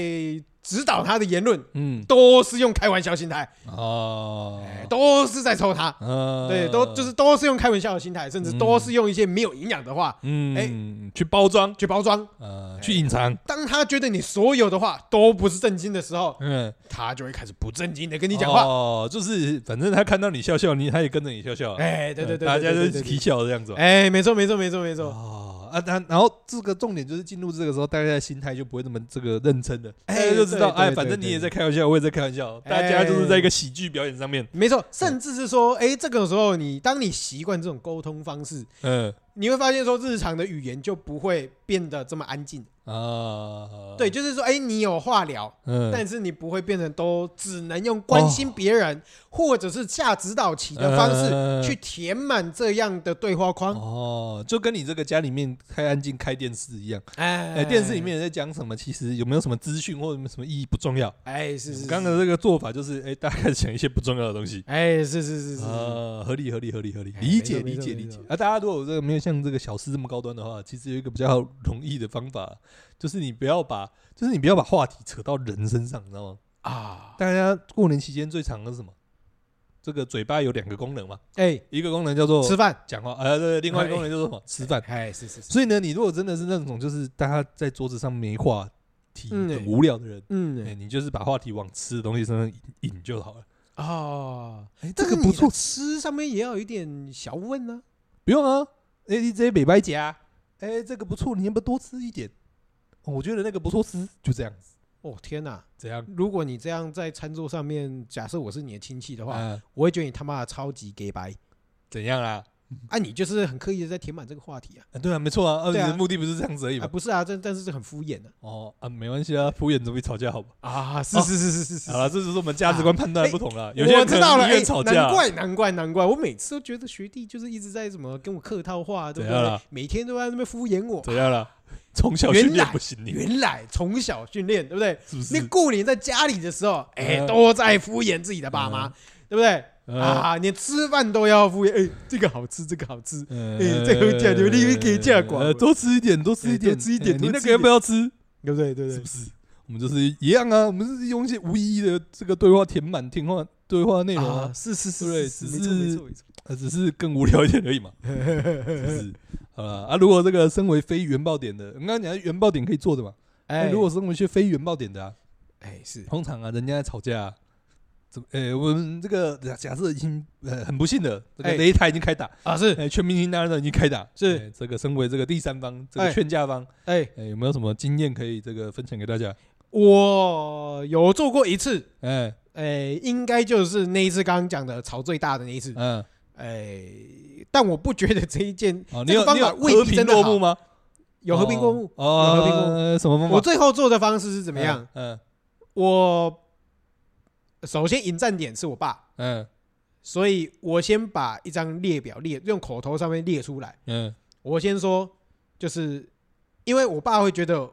指导他的言论，
嗯，
都是用开玩笑心态，
哦，
哎都是在抽他，
呃
对，都就是，都是用开玩笑的心态，甚至都是用一些没有营养的话
嗯，去包装，
去包装。
呃，去隐藏，
当他觉得你所有的话都不是正经的时候，
嗯，
他就会开始不正经的跟
你
你讲话。
哦，就是反正他看到你笑笑，你他也跟着你笑笑，
哎，对对对，
大家
都
都皮笑这样子，
哎，没错没错没错没错，
哦啊，然然后这个重点就是进入这个时候，大家的心态就不会那么这个认真了，大
哎
家就知道，
对对
哎，
对
反正
对
你也在
对
开玩笑，我也在开玩笑，
哎
大家就是在一个喜剧表演上面，
没错，甚至是说，哎，这个时候你当你习惯这种沟通方式，
嗯
你会发现说日常的语言就不会变得这么安静。
哦啊，
对，，就是说，哎，你有话聊，
嗯，
但是你不会变成都只能用关心别人或者是下指导棋的方式
哦嗯
去填满这样的对话框。
哦，就跟你这个家里面开安静开电视一样，
哎
哎，电视里，面在讲什么，其实有没有什么资讯或者有没有什么意义不重要，
哎，是是，是
刚刚的，这个做法就是，哎，大家开始讲一些不重要的东西。
哎，是是是是是，
啊，合理合理合理合理，
哎
理解
没
理
错
解
没错
理
没
解
错。
啊，大家如果这个没有像这个小诗这么高端的话，其实有一个比较容易的方法，就是你不要把，就是你不要把话题扯到人身上，你知道吗？
啊，
大家过年期间最常的是什么？这个嘴巴有两个功能嘛，
哎，
一个功能叫做
吃饭，
讲话，呃，对，另外一个功能叫做什么？吃饭。
哎，是是是，
所以呢，你如果真的是那种就是大家在桌子上没话题、
嗯
很无聊的人，哎，
嗯，
你就是把话题往吃的东西身上引引就好了。
哦，
哎，这
但
个
是
不
你的
错，
吃上面也要有一点小问呢。
不用啊，哎、你直接北白夹，哎、这个不错，你要不要多吃一点？哦我觉得那个不错吃，就这样子，
哦天哪！
这样
如果你这样在餐桌上面，假设我是你的亲戚的话，
啊，
我会觉得你他妈的超级 gay 白。
怎样啦？
啊，你就是很刻意的在填满这个话题啊！
啊对啊，没错啊，啊，你
对啊
的目的不是这样子而已
啊，
嘛。
不是啊，但但是这很敷衍的
哦啊，没关系啊，敷衍总比吵架好吧？
啊！是
哦
是是是是是
好了，这就是我们价值观判断的不同了。有些
我
人可
知道了，
能宁
哎
愿吵，架
难，怪难怪难怪，我每次都觉得学弟就是一直在怎么跟我客套话，对不
怎样
对
啦？
每天都在那边敷衍我。
怎样啦？从小
原
训练
来
不行你，
原来从小训练，对不对？
是不
那
是？
过年在家里的时候，嗯哎，
嗯
都在敷衍自己的爸妈，对不对？
啊，
啊，你吃饭都要敷衍，哎，这个好吃，这个好吃，
呃
哎这个价你会给价管
呃多吃一点，多吃一
哎
点，
多吃一点
哎
多
你
吃
那
一
个要不
点
要吃？
对不对？对不
是
对
不？是？我们就是一样啊，我们是用一些无意义的这个对话填满填话对话内容
啊，
啊，
是是是
对
是是，没错
只
没
是
错没错。
呃只是更无聊一点而 已嘛，是不是？好啦啊，如果这个身为非原爆点的，我刚刚讲的原爆点可以做的嘛，那
哎，
如果身为一些非原爆点的啊，
哎是
通常啊，人家在吵架啊。怎么？呃，我们这个假假设已经呃很不幸的，这个
哎
擂台已经开打，
啊是
哎，全明星大战已经开打，
是
哎这个身为这个第三方，这
哎
个劝架方，
哎，
哎，有没有什么经验可以这个分享给大家？
我有做过一次，
哎，
哎，应该就是那一次刚刚讲的吵最大的那一次。
嗯，
哎，但我不觉得这一件
哦，你
这
有
个方
你有
法未
和
必
平
真的
落幕
好。
吗？
有和平过目，
哦，
有和平哎过目
呃什么方法？
我最后做的方式是怎么样？
嗯？
我首先迎战点是我爸，
嗯
所以我先把一张列表列用口头上面列出来。
嗯
我先说，就是因为我爸会觉得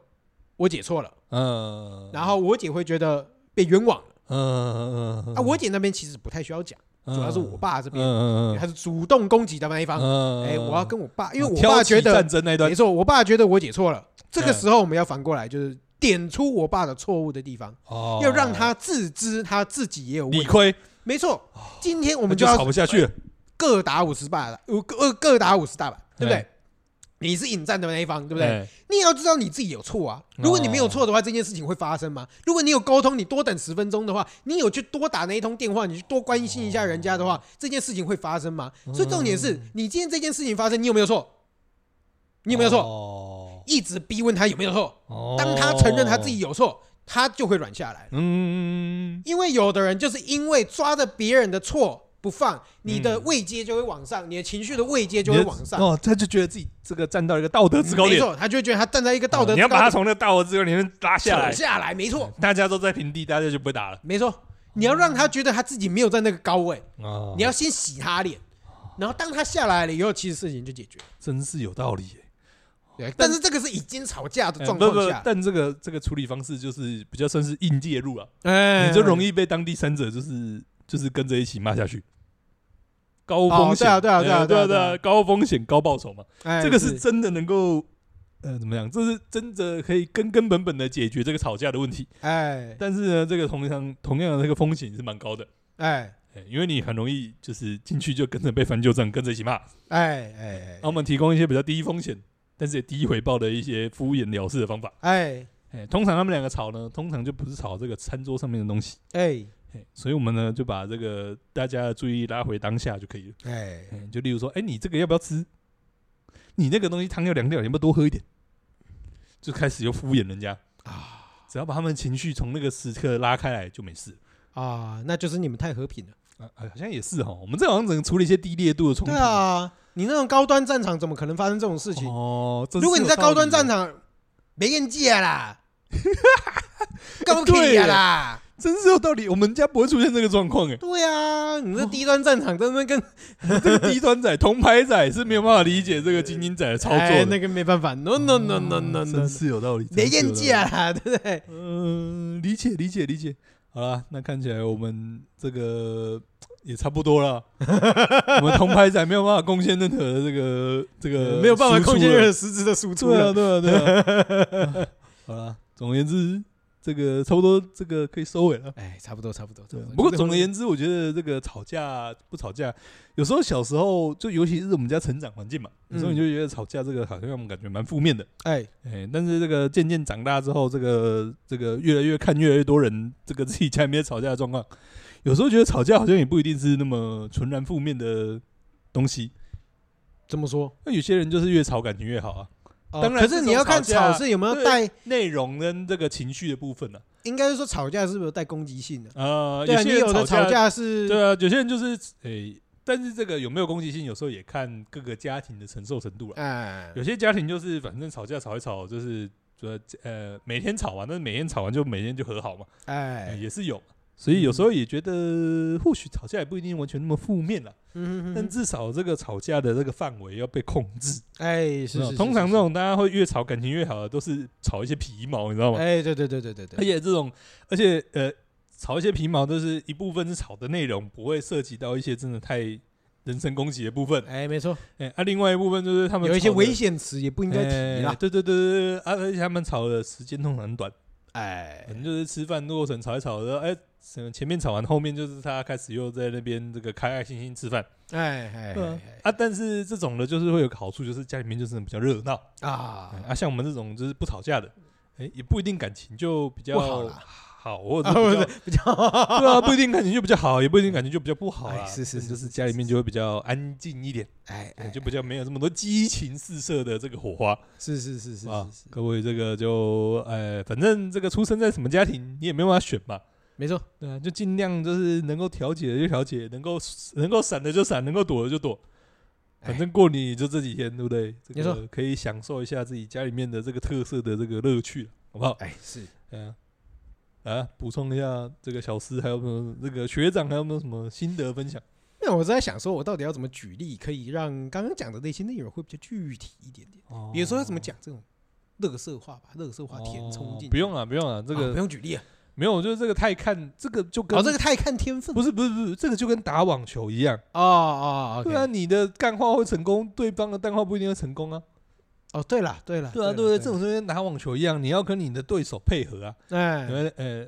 我姐错了，
嗯，
然后我姐会觉得被冤枉了。
嗯嗯嗯
啊，我姐那边其实不太需要讲，主要是我爸这
这
边，
嗯嗯
他是主动攻击的那一方。
嗯
哎，我要跟我爸，因为我
挑
爸
起
觉得
战争那一段
没，错，我爸觉得我姐错了。这个
嗯
时候我们要反过来，就是点出我爸的错误的地方，
哦
要让他自知他自己也有问
理
题。
亏，
没错，今天我
我
们就
哦就
要
吵不下去了。
呃各打五十大板，呃各各打五十大板，对不对
哎？
你是引战的那一方，对
对
不对？？你也要知道你自己有错啊。如果你没有错的话，这件事情会发生吗？如果你有沟通，你多等十分钟的话，你有去多打那一通电话，你去多关心一下人家的话，这件事情会发生吗？所以重点是你今天这件事情发生，你有没有错？你有没有错？
错？
一直逼问他有没有错，
哦，
当他承认他自己，有错，他就会软下来。
嗯，
因为有的人就是因为抓着别人的错不放，你
嗯
的位阶就会往上，你的情绪的位阶就会往上。
哦，他就觉得自己这个站到一个道德制高
没
点，
错，他就会觉得他站在一个道德
哦
制
你要把
高
他
点
从那个道德制高点拉下来
扯，下来，没错，
大家都在平地，大家就不会打了。
没错。你要让他觉得他自己没有在那个高位，
哦
你要先洗他脸，然后当他下来了以后，其实事情就解决了。
真是有道理耶。
对，但是这个是已经吵架的
哎
状
不不
况，下，
但这个这个处理方式就是比较算是硬介入了，
哎
你就容
易
易被当第三者就是就是跟着一起骂下去，高
哦
风险
对啊对啊对啊
哎
对
对
啊对啊
啊，高风险高报酬嘛，这个是
哎是
真的能够呃怎么样？这是真的可以根根本本的解决这个吵架的问题，
哎
但是呢，这个同样同样的这个风险是蛮高的。
哎
哎因为你很容易就是进去就跟着被翻旧账，跟着一起骂。
哎哎
那我们提供一些比较低风险，但是也低回报的一些敷衍了事的方法。
哎
哎，通常他们两个吵呢，通常就不是吵这个餐桌上面的东西，
哎
哎，所以我们呢就把这个大家的注意力拉回当下就可以了。
哎，
哎，就例如说，哎，你这个要不要吃？你那个东西汤要凉掉，你要不要多喝一点？就开始又敷衍人家啊，只要把他们情绪从那个时刻拉开来就没事
啊，那就是你们太和平了。
啊，啊好像也是哈，我们这好像只能处理一些低烈度的冲突。
对啊，你那种高端战场怎么可能发生这种事情？
哦，真是
如果你在
有道
高
理
端战
耶，
场，没人借 啦，高铁啊啦，
真是有道理，我们家不会出现这个状况哎。
对啊，你这低端战场真的跟
这个低端仔、铜牌仔是没有办法理解这个精英仔 的操作
哎
的。
那个没办法，no no no no no
真
no，
是有道理，
没人
真是有道理
借。啦， 对不对？
嗯、理解理解理解。好啦，那看起来我们这个也差不多了。我们铜牌仔没有办法贡献任何的这个这个，
呃没有办法贡献任何。实质的输出
对啊，
了。
对啊，对啊。好啦，总而言之，这个差不多，这个可以收尾了。
哎，差不多差不多，差
对啊
多
不过总而言之，我觉得这个吵架不吵架，有时候小时候就尤其是我们家成长环境嘛，有时候你就觉得吵架这个好像让我们感觉蛮负面的，
哎，
哎、但是这个渐渐长大之后，这个这个越来越看越来越多人这个自己家里面吵架的状况，有时候觉得吵架好像也不一定是那么纯然负面的东西，
怎么说？
那有些人就是越吵感情越好啊，
哦
当然
可是你要看
这种吵
吵
架
是有没有
对
带，
内容跟这个情绪的部分呢、
应该是说吵架是不是有带攻击性的？
啊，呃，
对啊，
些
你
人
有的
吵
吵架是，
对啊，有些人就是诶、但是这个有没有攻击性，有时候也看各个家庭的承受程度了。
哎，
有些家庭就是反正吵架吵一吵，就是呃呃每天吵完，但是每天吵完就每天就和好嘛，呃
哎，
也是有。所以有时候
嗯
也觉得，或许吵架也不一定完全那么负面了，
嗯
但至少这个吵架的这个范围要被控制。
哎，是是
有没有
是
通常
是
这种大家会越吵感情越好的，都是吵一些皮毛，你知道吗？
哎，对对对对对
而
对，
且这种，而且呃，炒一些皮毛，就是一部分是炒的内容，不会涉及到一些真的太人身攻击的部分。
哎，没错，
哎、啊，另外一部分就是他们
有一些危
险
险词也不应该提啦。
对对对对对，啊，而且他们吵的时间通常很短，
哎
可，能就是吃饭过程吵一吵的，哎、前前面吵完，后面就是他开始又在那边这个开开心心吃饭。
哎哎
对啊啊，但是这种的，就是会有个好处，就是家里面就是比较热闹。
哎啊
哎啊，像我们这种就是不吵架的，哎、也不一定感情就比较
不好啦
好，或者
啊，
是
不
比较
是比较
对啊，不一定感情就比较好，也不一定感情就比较不好
哎
啦。
是是是
就是
是
家里面就会比较安静一点，
哎
哎
哎，
就比较没有这么多激情四射的这个火花
是是是是
啊
是是。，
各位这个就呃，反正这个出生在什么家庭，你也没办法选嘛。
没错，
对啊，就尽量就是能够调解的就调解，能够能够闪的就闪，能够躲的就躲。
哎
反正过年也就这几天，对不对？这
没错
个可以享受一下自己家里面的这个特色的这个乐趣，好不好？
哎是
嗯，啊，补充一下这个小师还有没有那个学长还有没有什么心得分享？
那我在想说，我到底要怎么举例，可以让刚刚讲的那些内容会比较具体一点点？
哦
比如说要怎么讲这种乐色话吧，乐色话填充进去。
哦不用了，不用了，这
啊不
个
用举例啊，
没有，我觉得这个太看这个就跟
哦，这个太看天分
不是不是不是，这个就跟打网球一样，
哦哦
对啊，
，OK，
你的干话会成功，对方的干话不一定会成功啊，
哦，对了对了，
对啊，
了
对不对？这种就跟打网球一样，你要跟你的对手配合啊，
哎
因为呃，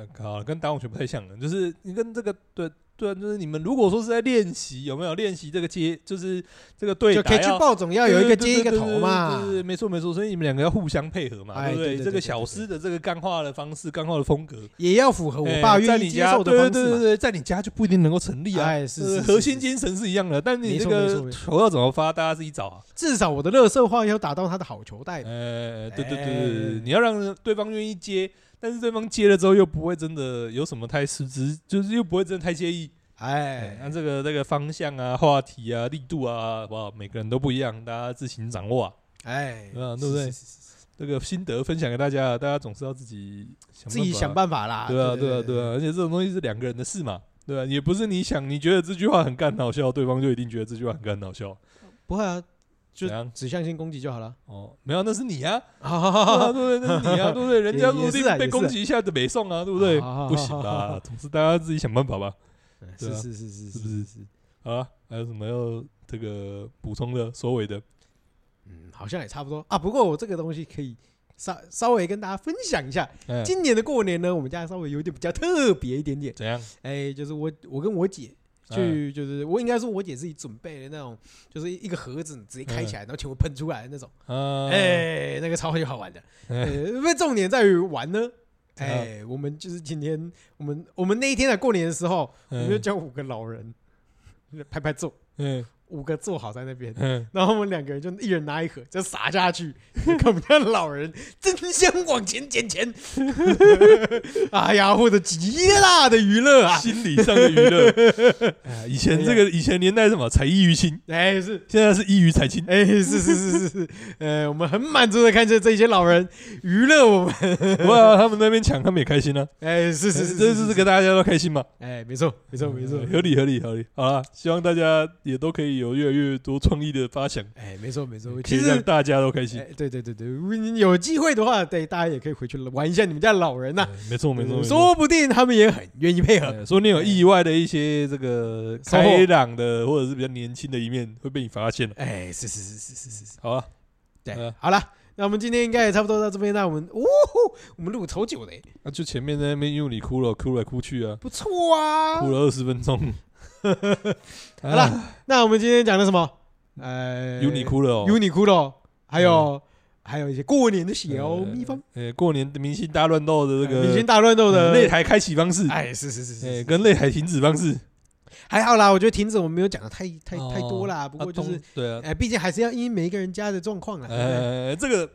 呃好，跟打网球不太像了，就是你跟这个对对啊，就是你们如果说是在练习，有没有练习这个接，就是这个对
就
打
K 去
要
报总要有一个接一个头嘛
对对对对对对对。没错没错，所以你们两个要互相配合嘛，
哎
对不
对对对
这
对
个小诗的这个干话的方式，干话的风格，
也要符合我爸
哎在
愿
你
意接
家
受的方
对
式
对对
嘛。
对，在你家就不一定能够成立啊。
哎是
对
是是
核心
是
精神是一样的，但你
没
这
错没错
个
没错
球要怎么发，大家自己找啊。
至少我的乐色话要打到他的好球袋嘛。
呃，对对对
哎
对对，你要让对方愿意接，但是对方接了之后又不会真的有什么太失职，就是又不会真的太介意。哎，那
哎，
这个这个方向啊、话题啊、力度啊，好不好？每个人都不一样，大家自行掌握啊。
哎，
嗯对不对
是？是是是
这个心得分享给大家，大家总是要自己想
自己想
办
办法啦。
法。对啊，对啊，
对
对啊，而且这种东西是两个人的事嘛，对啊，也不是你想你觉得这句话很干很好笑，对方就一定觉得这句话很干很好笑。
不会啊，就
怎样
指向性攻击就好了。
哦，没有，那是你啊，
好好
对啊，
好 好
对不对？那是你啊，对不对？人家
也
说不定
也是啊
被
也是啊
攻击一下就没送啊，对不对？
好好好
不行
好
吧
好，
总是大家自己想办法吧。对
哎是
啊
是是是
是
是
不是
是是，
好啊，还有什么要这个补充的、收尾的？
嗯，好像也差不多啊。不过我这个东西可以稍稍微跟大家分享一下。
哎，
今年的过年呢，我们家稍微有一点比较特别一点点。
怎样？
哎，就是我我跟我姐
嗯
去，就是我应该说我姐自己准备的那种，就是一个盒子，你直接
嗯
开起来，然后全部喷出来的那种。
啊，
哎，那个超级好玩的。
哎
呃，因为重点在于玩呢。
嗯
哎，我们就是今天，我们我们那一天啊，过年的时候，我们就
嗯
叫五个老人拍拍坐，
嗯
五个坐好在那边，
嗯，
然后我们两个人就一人拿一盒，就撒下去，就看我们家老人争相往前捡钱。 哎呀，获得极大的娱乐啊！
心理上的娱 乐。哎以前这个以前年代是什么才艺于亲，
哎是。
现在是一于财 亲。
哎，是是是是 是，呃，我们很满足的看着这些老人娱乐我 们。
哇，他们那边抢，他们也开心啊。
哎，是是是，
这是这个嗯大家都开心嘛？哎
哎，没错，没错，没错，
合理合理合理。好啦，希望大家也都可以有越来越多创意的发想，
哎，没错，没错。
可
其
以让
实，
大家都开心
哎。，对对对对，如果你有机会的话，对大家也可以回去玩一下你们家老人呐
哎，没错没错没错。
嗯说不定他们也很愿意配合。
哎呃说你有意外的一些这个
收获
开朗的，或者是比较年轻的一面，会被你发现的。
哎，是是是是是是是，
好啊，
对
嗯，
好了。那我们今天应该也差不多到这边，那我们，哦吼，我们录超久的，
那啊就前面在那边因为你哭了，哭来哭去啊，
不错啊
哭。了二十分 钟。好
好了，那我们今天讲的什么？呃，
有你哭了哦，嗯
有你哭了，还有还有一些过年的哦小秘方，
呃，呃过年的明星大乱斗的这个
明星哎大乱斗
呃
的
擂，台开启方式，
哎，是是是
哎，
是，
跟擂台停止方式，
还好啦，我觉得停止我们没有讲的太太
哦
太多啦，不
啊
过就是
东对啊，
哎，毕竟还是要因每一个人家的状 况啦，对不对
呃，这个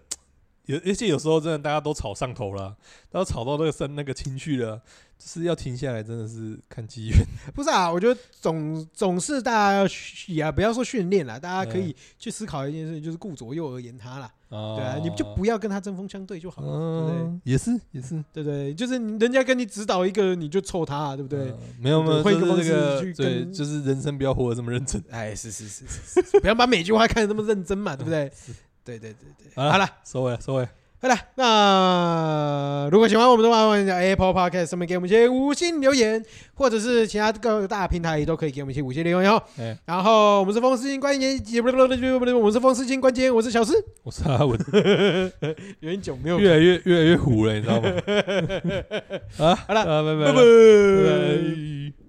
有，而且有时候真的大家都吵上头了，然后吵到那个生那个情绪了，就是要停下来，真的是看机 缘。
不是啊，我觉得总总是大家要训也不要说训练啦，大家可
哎
以去思考一件事情，就是顾左右而言他啦，
对
对啊，你就不要跟他针锋相对就好了，
嗯，哦也是也是，
对不对？就是你人家跟你指导一个，你就凑他啊，对不对
呃，？没有没有，
换一
就
个
是这
方式
个
去
对，
跟
就是人生不要活得这么认真。
哎，是是是是是，不要把每句话看得那么认真嘛，对不 对？对对对对，
好啦
好了。
啊收尾收尾，
好了，那如果喜欢我们的话，欢迎在 Apple Podcast 上面给我们一些五星留言，或者是其他各大平台也都可以给我们一些五星留言哦。
哎
然后我们是风湿性关节炎，不是不是不是不是，我们是风湿性关节炎，我是小诗，
我是阿文，
有点久没有，
越来越 越来越虎了，你知道吗？啊，
好了
啊拜拜拜
拜拜
拜。